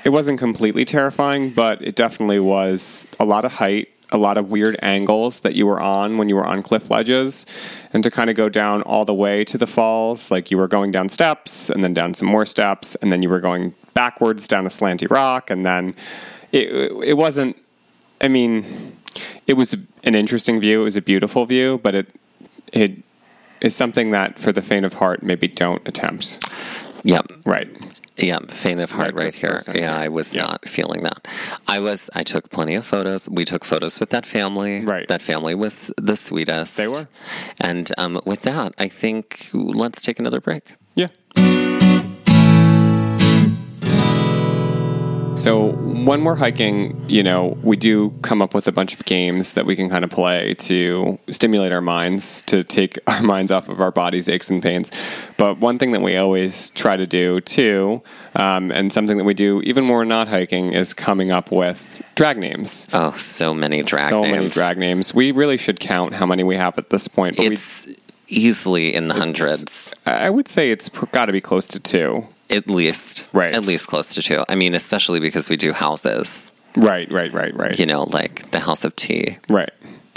C: It wasn't completely terrifying, but it definitely was a lot of height, a lot of weird angles that you were on when you were on cliff ledges, and to kind of go down all the way to the falls, like you were going down steps and then down some more steps, and then you were going backwards down a slanty rock, and then it it wasn't. I mean, it was an interesting view. It was a beautiful view, but it it is something that for the faint of heart maybe don't attempt.
F: Yep.
C: Right.
F: Yeah, faint of heart
C: Like
F: right
C: this
F: here.
C: person
F: Yeah,
C: here.
F: I was
C: Yeah.
F: not feeling that. I was. I took plenty of photos. We took photos with that family.
C: Right.
F: That family was the sweetest.
C: They were.
F: And um, with that, I think let's take another break.
C: Yeah. So when we're hiking, you know, we do come up with a bunch of games that we can kind of play to stimulate our minds, to take our minds off of our bodies' aches and pains. But one thing that we always try to do too, um, and something that we do even when we're not hiking, is coming up with drag names.
F: Oh, so many drag
C: so
F: names.
C: many drag names. We really should count how many we have at this point. But
F: It's easily in the hundreds.
C: we, I would say it's got to be close to two.
F: At least,
C: Right.
F: At least close to two. I mean, especially because we do houses.
C: Right, right, right, right.
F: You know, like the House of Tea.
C: Right.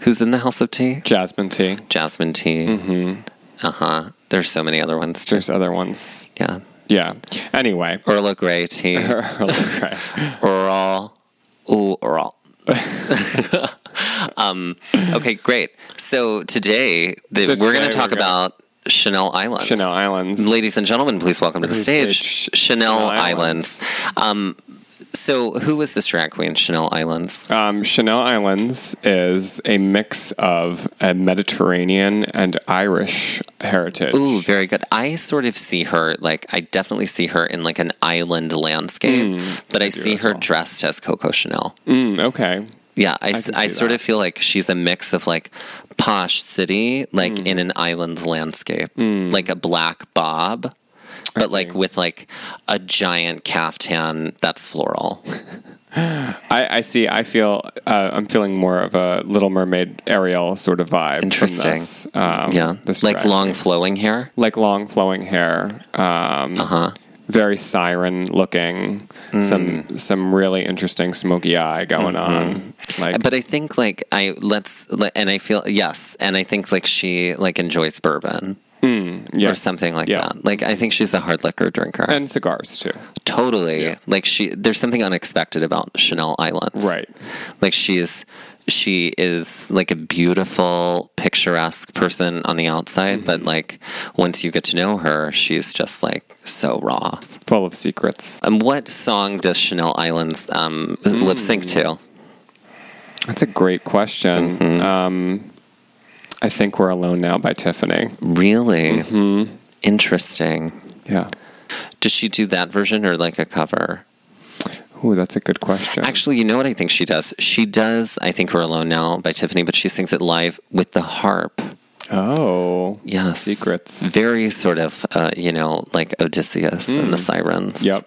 F: Who's in the House of Tea?
C: Jasmine tea.
F: Jasmine Tea. Mm-hmm. Uh huh. There's so many other ones too.
C: There's other ones.
F: Yeah,
C: Yeah. Anyway.
F: Orla Grey Tea.
C: Right.
F: Earl. Ooh, Earl. um, okay, great. So today, the,
C: So
F: we're going
C: today
F: to talk
C: we're gonna-
F: about Chanel Islands.
C: Chanel Islands.
F: Ladies and gentlemen, please welcome to the stage,
C: Please stage
F: Chanel,
C: Chanel
F: Islands.
C: Islands.
F: Um, so, who is this drag queen, Chanel Islands?
C: Um, Chanel Islands is a mix of a Mediterranean and Irish heritage.
F: Ooh, very good. I sort of see her like I definitely see her in like an island landscape, but I, see
C: Hmm, as
F: her
C: well.
F: dressed as Coco Chanel.
C: Mm, okay.
F: Yeah, I, s-
C: can
F: I
C: see
F: sort
C: that.
F: of feel like she's a mix of like posh city, like
C: Hmm.
F: in an island landscape, like a black bob, but like with like a giant caftan that's floral.
C: I, I see. I feel. Uh, I'm feeling more of a Little Mermaid Ariel sort of vibe. from
F: Interesting.
C: this, um,
F: yeah,
C: This
F: like
C: drag.
F: long flowing hair.
C: like long flowing hair, um,
F: Uh-huh.
C: very siren looking,
F: Mm.
C: some some really interesting smoky eye going on. Like
F: But Mm-hmm. I think like I let's li- and I feel yes, and I think like she like enjoys bourbon or
C: yes,
F: something like
C: yeah.
F: that. Like I think she's a hard liquor drinker.
C: and cigars too.
F: totally. Like she there's something unexpected about Chanel Islands.
C: Right.
F: Like she is she is like a beautiful, picturesque person on the outside,
C: Mm-hmm.
F: but like once you get to know her, she's just like so raw.
C: Full of secrets.
F: And what song does Chanel Islands um, lip sync
C: Mm.
F: to?
C: That's a great question.
F: Mm-hmm.
C: Um, I think we're alone now by Tiffany.
F: Really
C: Mm-hmm.
F: interesting.
C: Yeah.
F: Does she do that version or like a cover?
C: Ooh, that's a good question.
F: Actually, you know what I think she does? She does, I think we're alone now by Tiffany, but she sings it live with the harp.
C: oh,
F: Yes.
C: Secrets.
F: Very sort of, uh, you know, like Odysseus and the sirens.
C: Mm. yep,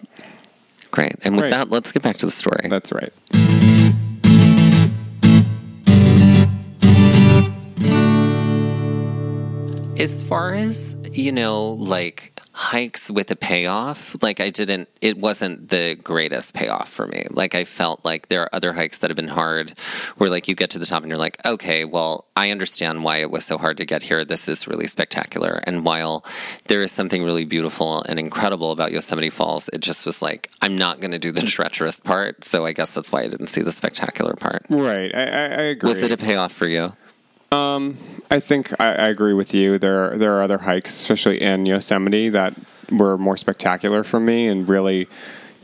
F: Great. And with
C: Great.
F: that, let's get back to the story.
C: that's right.
F: As far as, you know, like hikes with a payoff, like I didn't, it wasn't the greatest payoff for me. Like I felt like there are other hikes that have been hard where like you get to the top and you're like, okay, well, I understand why it was so hard to get here. This is really spectacular. And while there is something really beautiful and incredible about Yosemite Falls, it just was like, I'm not going to do the treacherous part. So I guess that's why I didn't see the spectacular part.
C: Right. I, I, I agree.
F: Was it a payoff for you?
C: I think I, I agree with you. There are, there are other hikes, especially in Yosemite, that were more spectacular for me and really,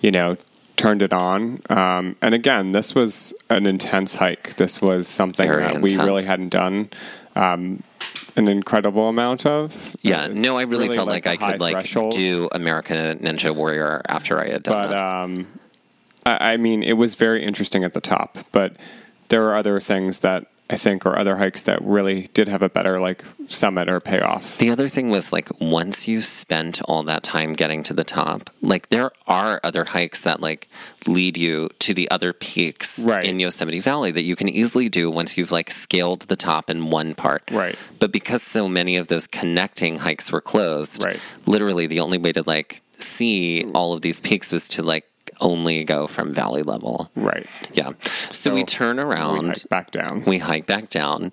C: you know, turned it on. Um, and again, this was an intense hike. This was something
F: Very
C: that we really
F: intense.
C: hadn't done um, an incredible amount of.
F: Yeah,
C: It's
F: no, I really, felt like,
C: a
F: I
C: high
F: could like
C: threshold.
F: do American Ninja Warrior after I had done
C: but um, I, I mean, it was very interesting at the top. But there are other things that I think, or other hikes that really did have a better like summit or payoff.
F: this. The other thing was like once you spent all that time getting to the top, like there are other hikes that like lead you to the other peaks
C: Right.
F: in Yosemite Valley that you can easily do once you've like scaled the top in one part.
C: Right.
F: But because so many of those connecting hikes were closed,
C: Right.
F: literally the only way to like see all of these peaks was to like only go from valley level.
C: Right.
F: Yeah. So, we
C: So
F: turn
C: We
F: around,
C: hiked back down.
F: we hike back down,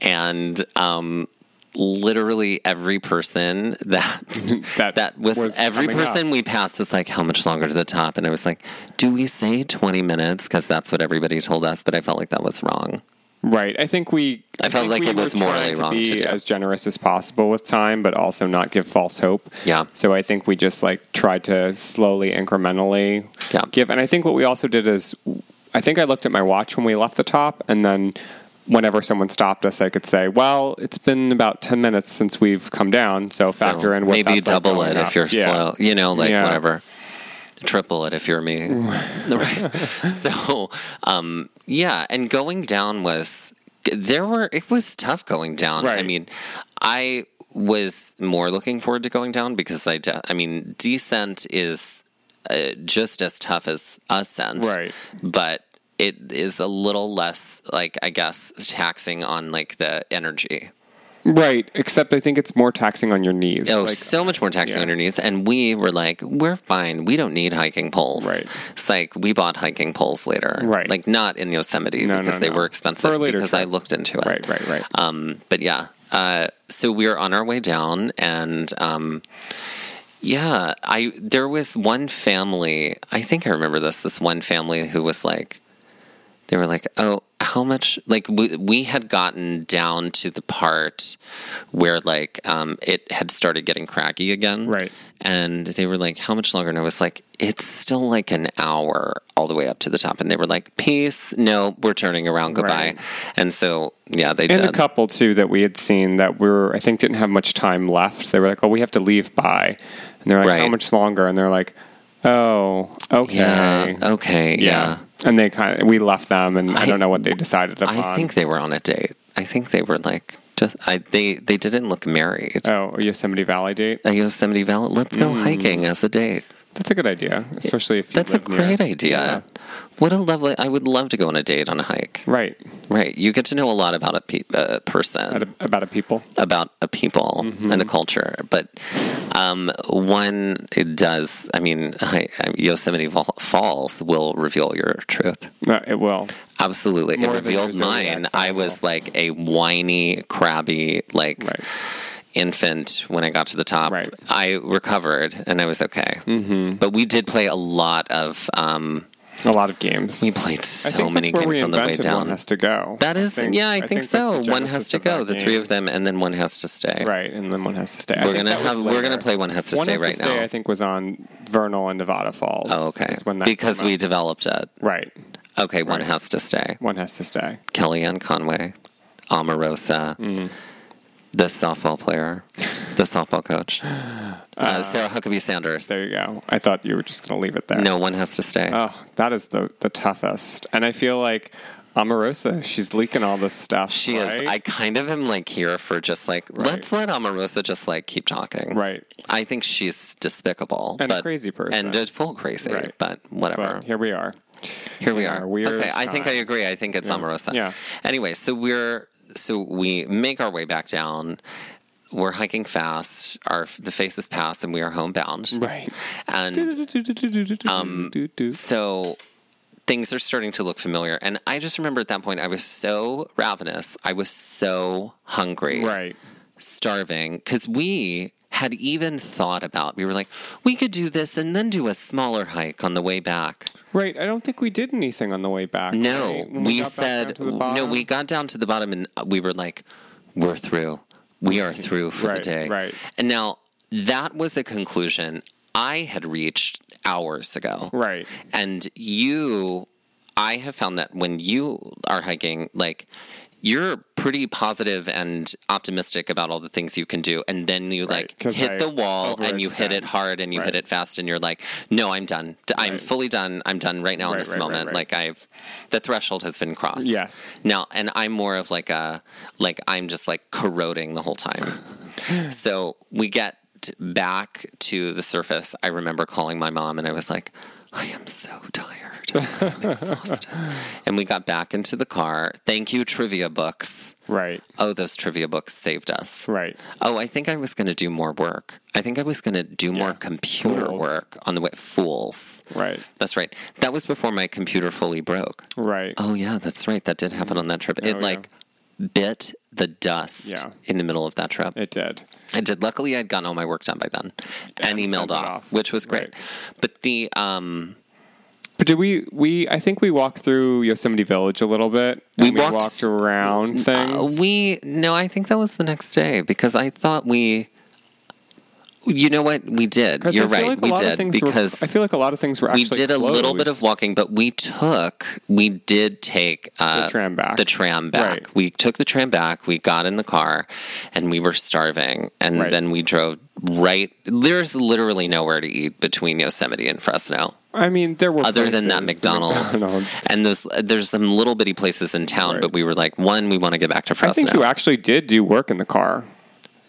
F: and um, literally every person that
C: that
F: that was, every
C: coming up.
F: person we passed was like, "How much longer to the top?" And I was like, "Do we say twenty minutes?" Because that's what everybody told us, but I felt like that was wrong.
C: Right. I think we.
F: I felt
C: think
F: like
C: we
F: it
C: were
F: was morally
C: trying to
F: wrong
C: be
F: to do.
C: as generous as possible with time, but also not give false hope.
F: Yeah.
C: So I think we just like tried to slowly, incrementally
F: Yeah.
C: give. And I think what we also did is, I think I looked at my watch when we left the top, and then whenever someone stopped us, I could say, "Well, it's been about ten minutes since we've come down, so,
F: So
C: factor in what
F: maybe
C: that's like
F: double
C: going
F: it
C: up."
F: if you're
C: Yeah.
F: slow, you know, like
C: Yeah.
F: whatever. Triple it if you're me. right. So, um, yeah, and going down was there were it was tough going down. I
C: Right.
F: mean, I was more looking forward to going down because I de- I mean, descent is uh, just as tough as ascent.
C: Right.
F: But it is a little less like I guess taxing on like the energy.
C: Right. Except I think it's more taxing on your knees.
F: Oh,
C: Like,
F: so much more taxing
C: yeah.
F: on your knees. And we were like, we're fine. We don't need hiking poles.
C: Right.
F: It's like we bought hiking poles later.
C: Right.
F: Like not in Yosemite
C: No,
F: because
C: no,
F: they
C: no.
F: were expensive.
C: For a later
F: because I
C: trip.
F: looked into it.
C: Right. Right. Right.
F: Um, but yeah. Uh, so we were on our way down and um, yeah, I there was one family, I think I remember this, this one family who was like they were like, "Oh, how much?" Like we we had gotten down to the part where like um, it had started getting cracky again,
C: Right.
F: And they were like, "How much longer?" And I was like, "It's still like an hour all the way up to the top." And they were like, "Peace, no, we're turning around, goodbye."
C: Right.
F: And so yeah, they
C: and
F: did.
C: a couple too that we had seen that were I think didn't have much time left. They were like, "Well, we have to leave by," and they're like, "How
F: Right.
C: much longer?" And they're like, "Oh, okay,
F: yeah, okay, yeah.
C: And they kind of we left them, and I,
F: I-
C: don't know what they decided upon.
F: I think they were on a date. I think they were like just I they they didn't look married.
C: oh, a Yosemite Valley date.
F: A Yosemite Valley, let's go hiking as a date.
C: That's a good idea, especially if mm. you
F: That's a
C: live near-
F: great idea. What a lovely! I would love to go on a date on a hike.
C: Right
F: Right, you get to know a lot about a pe- uh,
C: At a- Mm-hmm.
F: person,
C: about a people.
F: about a people and a culture. But um, one, it does. I mean, hi, um, Yosemite Val- Falls will reveal your truth.
C: No, Uh, it will.
F: Absolutely,
C: More
F: it
C: than
F: revealed
C: your zodiac
F: mine.
C: sign
F: I was
C: will.
F: like a whiny, crabby, like
C: Right.
F: infant when I got to the top.
C: Right.
F: I recovered and I was okay. Mm-hmm. But we did play a lot of. Um,
C: A lot of games.
F: we played
C: I
F: so
C: think
F: many
C: that's where
F: games
C: we
F: on the way
C: invented
F: down.
C: One has to go.
F: That is, yeah, I, think,
C: that's
F: so.
C: the
F: One
C: genesis
F: has to
C: of that
F: go, the three
C: game.
F: of them, and then one has to stay.
C: Right, and then one has to stay. I
F: We're
C: think
F: gonna
C: that was
F: have we're
C: later.
F: gonna play one has to
C: one
F: stay
C: has
F: right
C: to stay.
F: now.
C: I think was on Vernal and Nevada Falls.
F: oh, okay,
C: is when that
F: because
C: came
F: we
C: out.
F: developed it.
C: right.
F: Okay, one has to stay.
C: One has to stay.
F: Kellyanne Conway, Omarosa,
C: Mm-hmm.
F: the softball player, the softball coach, uh, Sarah Huckabee Sanders.
C: There you go. I thought you were just gonna leave it there.
F: No one has to stay.
C: Oh, that is the the toughest, and I feel like Omarosa. She's leaking all this stuff.
F: She
C: right?
F: is. I kind of am like here for just like let's let Omarosa just like keep talking.
C: Right.
F: I think she's despicable
C: And a
F: but-
C: crazy person.
F: and a full crazy.
C: Right.
F: But whatever.
C: But here we are.
F: Here we
C: Yeah,
F: are.
C: weird
F: okay, I think I
C: times.
F: agree. I think it's Omarosa.
C: Yeah.
F: Anyway, so we're so we make our way back down. we're hiking fast. Our the face is past, and we are homebound.
C: Right.
F: And
C: Um,
F: Um, so things are starting to look familiar. And I just remember at that point, I was so ravenous. I was so hungry.
C: right.
F: Starving. Because we had even thought about, we were like, we could do this and then do a smaller hike on the way back.
C: Right. I don't think we did anything on the way back.
F: No,
C: right? When
F: we,
C: got back down
F: said,
C: to the
F: no,
C: bottom.
F: we got down to the bottom and uh, we were like, we're through. We are through for
C: Right,
F: the day.
C: right.
F: And now that was a conclusion I had reached hours ago.
C: Right.
F: And you, I have found that when you are hiking, like, you're pretty positive and optimistic about all the things you can do. And then you
C: Right,
F: like
C: 'cause
F: hit
C: I
F: the wall and you hit it
C: overextend.
F: hard and you
C: Right.
F: hit it fast and you're like, no, I'm done. D- I'm
C: Right.
F: fully done. I'm done right now in
C: Right,
F: this
C: right, right,
F: moment.
C: right.
F: Like I've, the threshold has been crossed.
C: Yes.
F: Now, and I'm more of like a, like I'm just like corroding the whole time. so we get t- back to the surface. I remember calling my mom and I was like, I am so tired. I'm exhausted. and we got back into the car. Thank you, trivia books.
C: Right.
F: Oh, those trivia books saved us.
C: Right.
F: Oh, I think I was going to do more work. I think I was going to do more computer
C: Fools.
F: work on the way. Fools.
C: Right.
F: That's right. That was before my computer fully broke.
C: Right.
F: Oh, yeah, that's right. That did happen on that trip. It
C: Oh, yeah.
F: like bit the dust
C: Yeah.
F: in the middle of that trip.
C: It did.
F: I did. Luckily, I'd gotten all my work done by then
C: And
F: and, emailed
C: sent it
F: off,
C: off.
F: which was great.
C: Right.
F: But the, um,
C: But did we? We I think we walked through Yosemite Village a little bit. and
F: We
C: we
F: walked- Mm, uh,
C: walked, around things.
F: we, no, I think that was the next day because I thought we, you know what? We did.
C: 'Cause I
F: You're
C: feel
F: right.
C: like a
F: we
C: lot of
F: did.
C: things were-
F: because
C: I feel like a lot of things were. Actually
F: we did a little bit of
C: closed.
F: walking, but we took we did take uh,
C: tram back.
F: The tram back.
C: Right.
F: We took the tram back. We got in the car, and we were starving. And
C: Right.
F: then we drove right. There's literally nowhere to eat between Yosemite and Fresno,
C: I mean, there were
F: other than that
C: places, the
F: McDonald's.
C: McDonald's.
F: And those there's some little bitty places in town,
C: Right.
F: but we were like, one, we want to get back to
C: I
F: Fresno.
C: think you actually did do work in the car.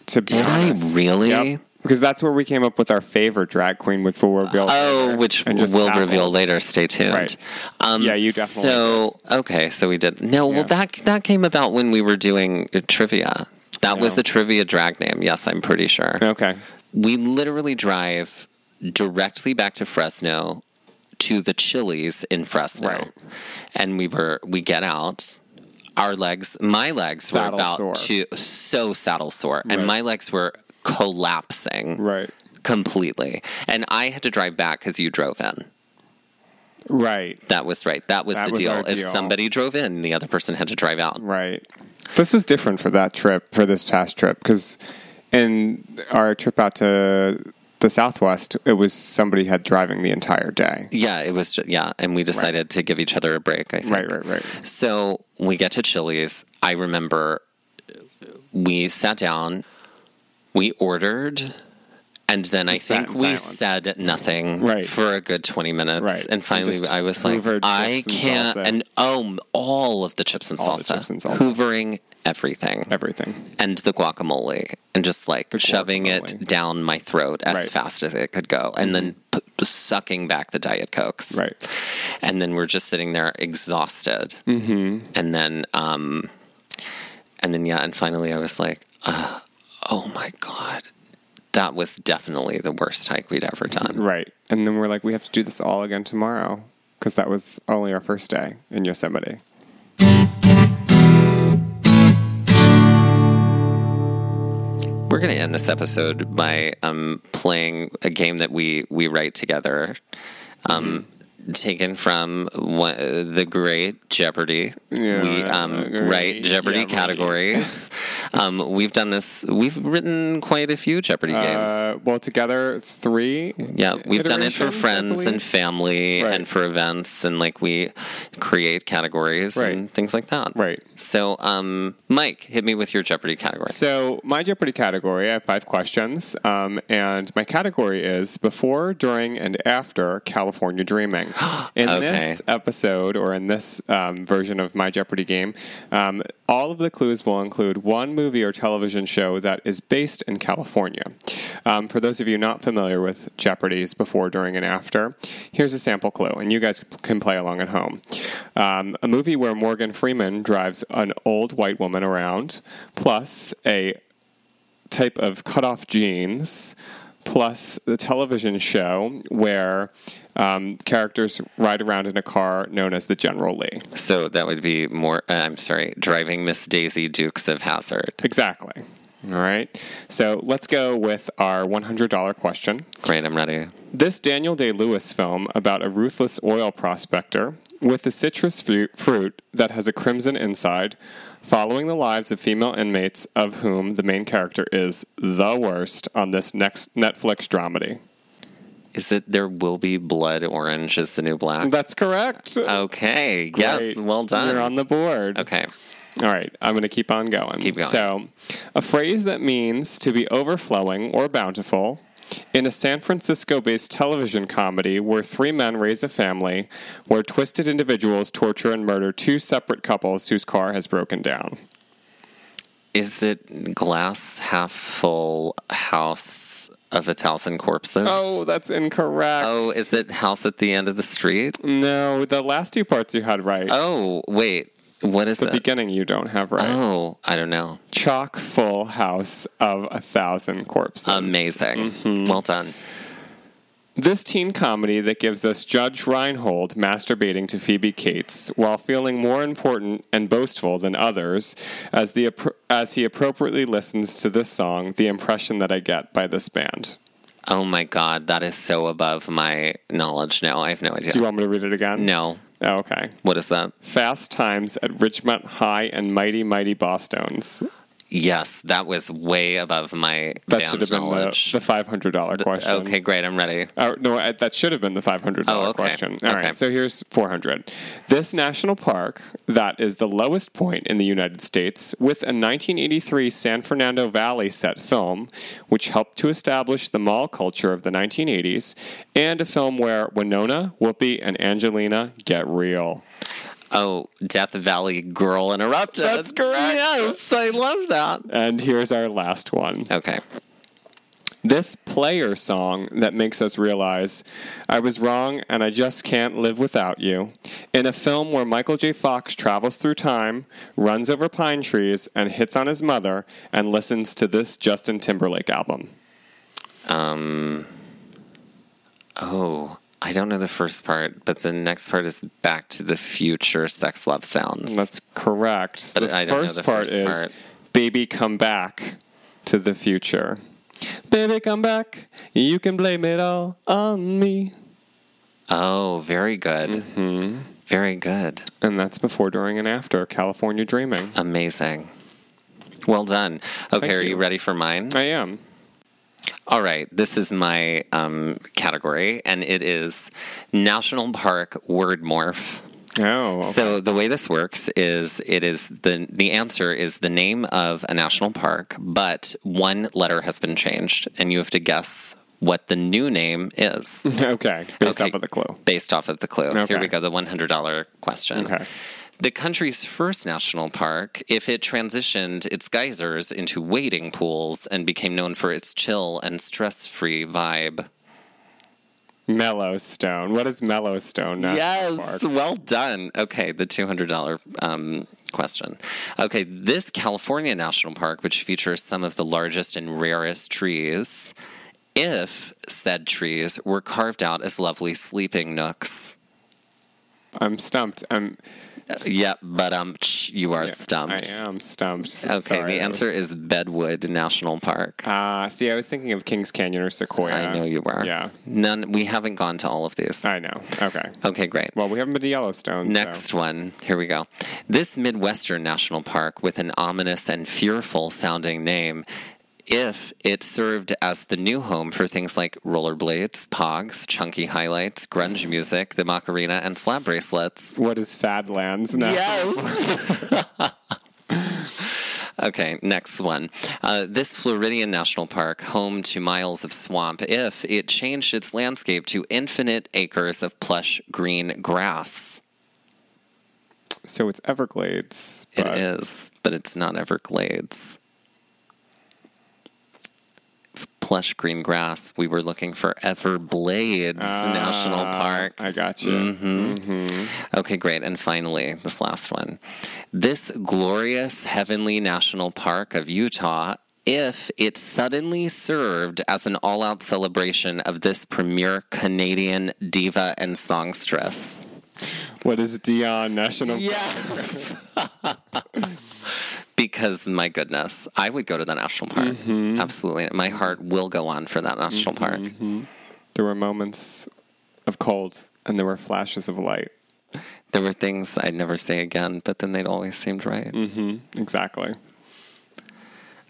C: To be
F: Did I
C: honest.
F: really?
C: Yep. Because that's where we came up with our favorite drag queen, which we'll reveal.
F: Oh,
C: later,
F: which
C: and just
F: we'll
C: haggled.
F: reveal later. Stay tuned.
C: Right.
F: Um,
C: Yeah, you definitely
F: So okay, so we did. No, well
C: Yeah.
F: that that came about when we were doing uh, trivia. That was
C: No.
F: the trivia drag name. Yes, I'm pretty sure.
C: Okay.
F: We literally drive directly back to Fresno to the Chili's in Fresno,
C: Right.
F: and we were we get out. Our legs, my legs were
C: Saddle
F: about
C: sore.
F: to so saddle sore, and
C: Right.
F: my legs were collapsing
C: Right.
F: completely. And I had to drive back because you drove in.
C: Right.
F: That was right. That was
C: That
F: the
C: was
F: deal.
C: our
F: If
C: deal.
F: somebody drove in, the other person had to drive out.
C: Right. This was different for that trip, for this past trip, because in our trip out to the Southwest, it was somebody had driving the entire day.
F: Yeah, it was. ju- Yeah, and we decided to give each other a break. I think.
C: Right, right, right.
F: So we get to Chili's. I remember uh, we sat down, we ordered, and then I
C: sat
F: think
C: in
F: we
C: silence.
F: said nothing
C: Right.
F: for a good 20 minutes.
C: Right.
F: And finally,
C: Just
F: I was like,
C: hoovered
F: I
C: chips and
F: can't.
C: salsa.
F: And oh, all of the chips and
C: All the
F: salsa,
C: chips and salsa.
F: hoovering everything.
C: Everything.
F: and the guacamole and just like shoving it
C: guacamole.
F: down my throat as
C: Right. Mm-hmm.
F: fast as it could go and then p- p- sucking back the diet cokes
C: Right.
F: and then we're just sitting there exhausted mm-hmm. and then um and then yeah and finally i was like uh, oh my god that was definitely the worst hike we'd ever done
C: Right. And then we're like, we have to do this all again tomorrow, because that was only our first day in Yosemite.
F: we're going to end this episode by um playing a game that we we write together um taken from one, the great Jeopardy.
C: Yeah,
F: we um,
C: great
F: write
C: Jeopardy.
F: Jeopardy, categories. um, we've done this. We've written quite a few Jeopardy games.
C: Uh, well, together, three.
F: Yeah, we've done it for
C: iterations, I
F: friends and
C: believe.
F: family
C: Right.
F: and for events and like we create categories and
C: Right.
F: things like that.
C: Right.
F: So, um, Mike, hit me with your Jeopardy category.
C: So my Jeopardy category, I have five questions, um, and my category is before, during, and after California Dreaming. In
F: Okay.
C: this episode, or in this um, version of my Jeopardy game, um, all of the clues will include one movie or television show that is based in California. Um, for those of you not familiar with Jeopardy's before, during, and after, here's a sample clue, and you guys can play along at home. Um, a movie where Morgan Freeman drives an old white woman around, plus a type of cutoff jeans plus the television show where um, characters ride around in a car known as the General Lee.
F: So that would be more. Uh, I'm sorry, driving Miss Daisy Dukes of Hazard.
C: Exactly. All right. So let's go with our $100 question.
F: Great, I'm ready.
C: This Daniel Day Lewis film about a ruthless oil prospector with a citrus fru- fruit that has a crimson inside, following the lives of female inmates, of whom the main character is the worst on this next Netflix dramedy.
F: Is it there will be blood? Orange is the new black.
C: That's correct.
F: Oh, okay. Yes.
C: Great.
F: Well done.
C: You're on the board.
F: okay.
C: All right, I'm going to keep on going.
F: Keep going.
C: So, a phrase that means to be overflowing or bountiful in a San Francisco based television comedy where three men raise a family where twisted individuals torture and murder two separate couples whose car has broken down.
F: Is it glass half full house of a thousand corpses?
C: Oh, that's incorrect.
F: Oh, is it house at the end of the street?
C: Mm. No, the last two parts you had right.
F: Oh, wait. What is
C: the
F: it?
C: beginning you don't have right.
F: Oh, I don't know.
C: Chock full house of a thousand corpses.
F: Amazing.
C: Mm-hmm.
F: Well done.
C: This teen comedy that gives us Judge Reinhold masturbating to Phoebe Cates while feeling more important and boastful than others as, the, appro- as he appropriately listens to this song, The Impression That I Get by this band.
F: Oh my God, that is so above my knowledge now. I have no idea.
C: Do you want me to read it again?
F: no.
C: Oh, okay.
F: What is that?
C: Fast Times at Richmond High and Mighty Mighty Boston's.
F: Yes, that was way above my
C: That
F: band's
C: should have been the,
F: knowledge.
C: the $500 question.
F: okay, great. I'm ready.
C: Uh, no, I- that should have been the five hundred dollar
F: Oh, okay.
C: question. All right,
F: Okay.
C: so here's four hundred. This national park that is the lowest point in the United States, with a 1983 San Fernando Valley set film, which helped to establish the mall culture of the 1980s, and a film where Winona, Whoopi, and Angelina get real.
F: Oh, Death Valley Girl Interrupted.
C: That's correct.
F: Yes, I love that.
C: And here's our last one.
F: Okay.
C: This player song that makes us realize I was wrong and I just can't live without you. In a film where Michael J. Fox travels through time, runs over pine trees, and hits on his mother, and listens to this Justin Timberlake album.
F: um, Oh, I don't know the first part, but the next part is Back to the Future Sex Love Sounds.
C: That's correct.
F: But
C: the
F: I don't know
C: first
F: the
C: part
F: first
C: is
F: part.
C: Baby Come Back to the Future. Baby Come Back, you can blame it all on me.
F: oh, very good.
C: Mm-hmm.
F: Very good.
C: And that's before, during, and after California Dreaming.
F: Amazing. Well done. Okay,
C: Thank
F: are you.
C: you.
F: ready for mine?
C: I am.
F: All right, this is my um, category, and it is National Park Word Morph.
C: Oh, okay.
F: So the way this works is it is the the answer is the name of a national park, but one letter has been changed, and you have to guess what the new name is
C: Okay, based
F: Okay.
C: off of the clue.
F: based off of the clue.
C: Okay.
F: Here we go, the one hundred dollar question.
C: Okay.
F: The country's first national park, if it transitioned its geysers into wading pools and became known for its chill and stress free vibe.
C: Mellowstone. What is Mellowstone National
F: Yes,
C: Park?
F: well done. Okay, the two hundred dollar um, question. Okay, this California national park, which features some of the largest and rarest trees, if said trees were carved out as lovely sleeping nooks.
C: I'm stumped. I'm
F: Yep, but um, tch, you are stumped.
C: I am stumped.
F: Okay,
C: Sorry,
F: the
C: I
F: answer
C: was-
F: is Bedwood National Park.
C: Ah, see, I was thinking of Kings Canyon or Sequoia.
F: I know you were.
C: Yeah,
F: None. We haven't gone to all of these.
C: I know. Okay.
F: Okay, great.
C: Well, we haven't been to Yellowstone. so-
F: Next one. Here we go. This Midwestern national park with an ominous and fearful sounding name, if it served as the new home for things like rollerblades, pogs, chunky highlights, grunge music, the Macarena, and slap bracelets.
C: What is Fadlands now?
F: Yes. okay, next one. Uh, this Floridian National Park, home to miles of swamp, if it changed its landscape to infinite acres of plush green grass.
C: So it's Everglades.
F: It
C: but-
F: is, but it's not Everglades. Plush green grass. We were looking for Everglades
C: Ah.
F: National Park.
C: uh,
F: Mm-hmm.
C: I got you.
F: Okay, great. And finally, this last one. This glorious heavenly national park of Utah, if it suddenly served as an all out celebration of this premier Canadian diva and songstress.
C: What is Dion National?
F: Yes. because my goodness, I would go to the national park.
C: Mm-hmm.
F: Absolutely. My heart will go on for that national park.
C: There were moments of cold and there were flashes of light.
F: There were things I'd never say again, but then they'd always seemed right.
C: Mm. Exactly.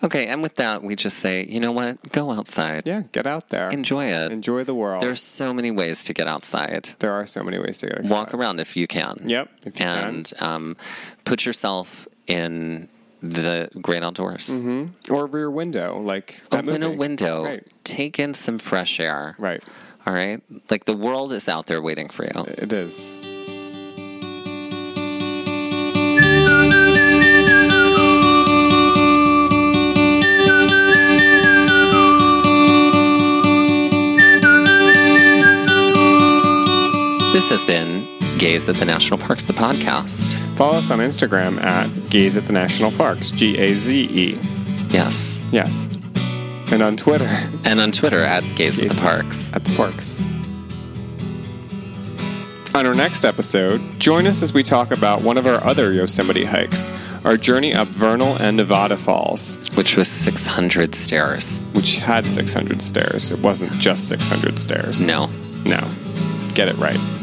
F: Okay, and with that, we just say, you know what? Go outside.
C: Yeah, get out there.
F: Enjoy it.
C: Enjoy the world.
F: There's so many ways to get outside.
C: there are so many ways to get outside.
F: Walk around if you can.
C: Yep, if you can.
F: and Um, put yourself in the great outdoors.
C: Or rear window, like Mm-hmm. that
F: Open a
C: movie.
F: window.
C: Right.
F: Take in some fresh air.
C: Right.
F: All right. Like the world is out there waiting for you.
C: It is.
F: This has been Gaze at the National Parks, the podcast.
C: Follow us on Instagram at Gaze at the National Parks, G A Z E.
F: Yes.
C: Yes. And on Twitter
F: And on Twitter at Gaze, at
C: Gaze.
F: the Parks.
C: at the parks. On our next episode, join us as we talk about one of our other Yosemite hikes, our journey up Vernal and Nevada Falls,
F: Which was 600 stairs.
C: which had 600 stairs. It wasn't just 600 stairs.
F: No.
C: No. Get it right.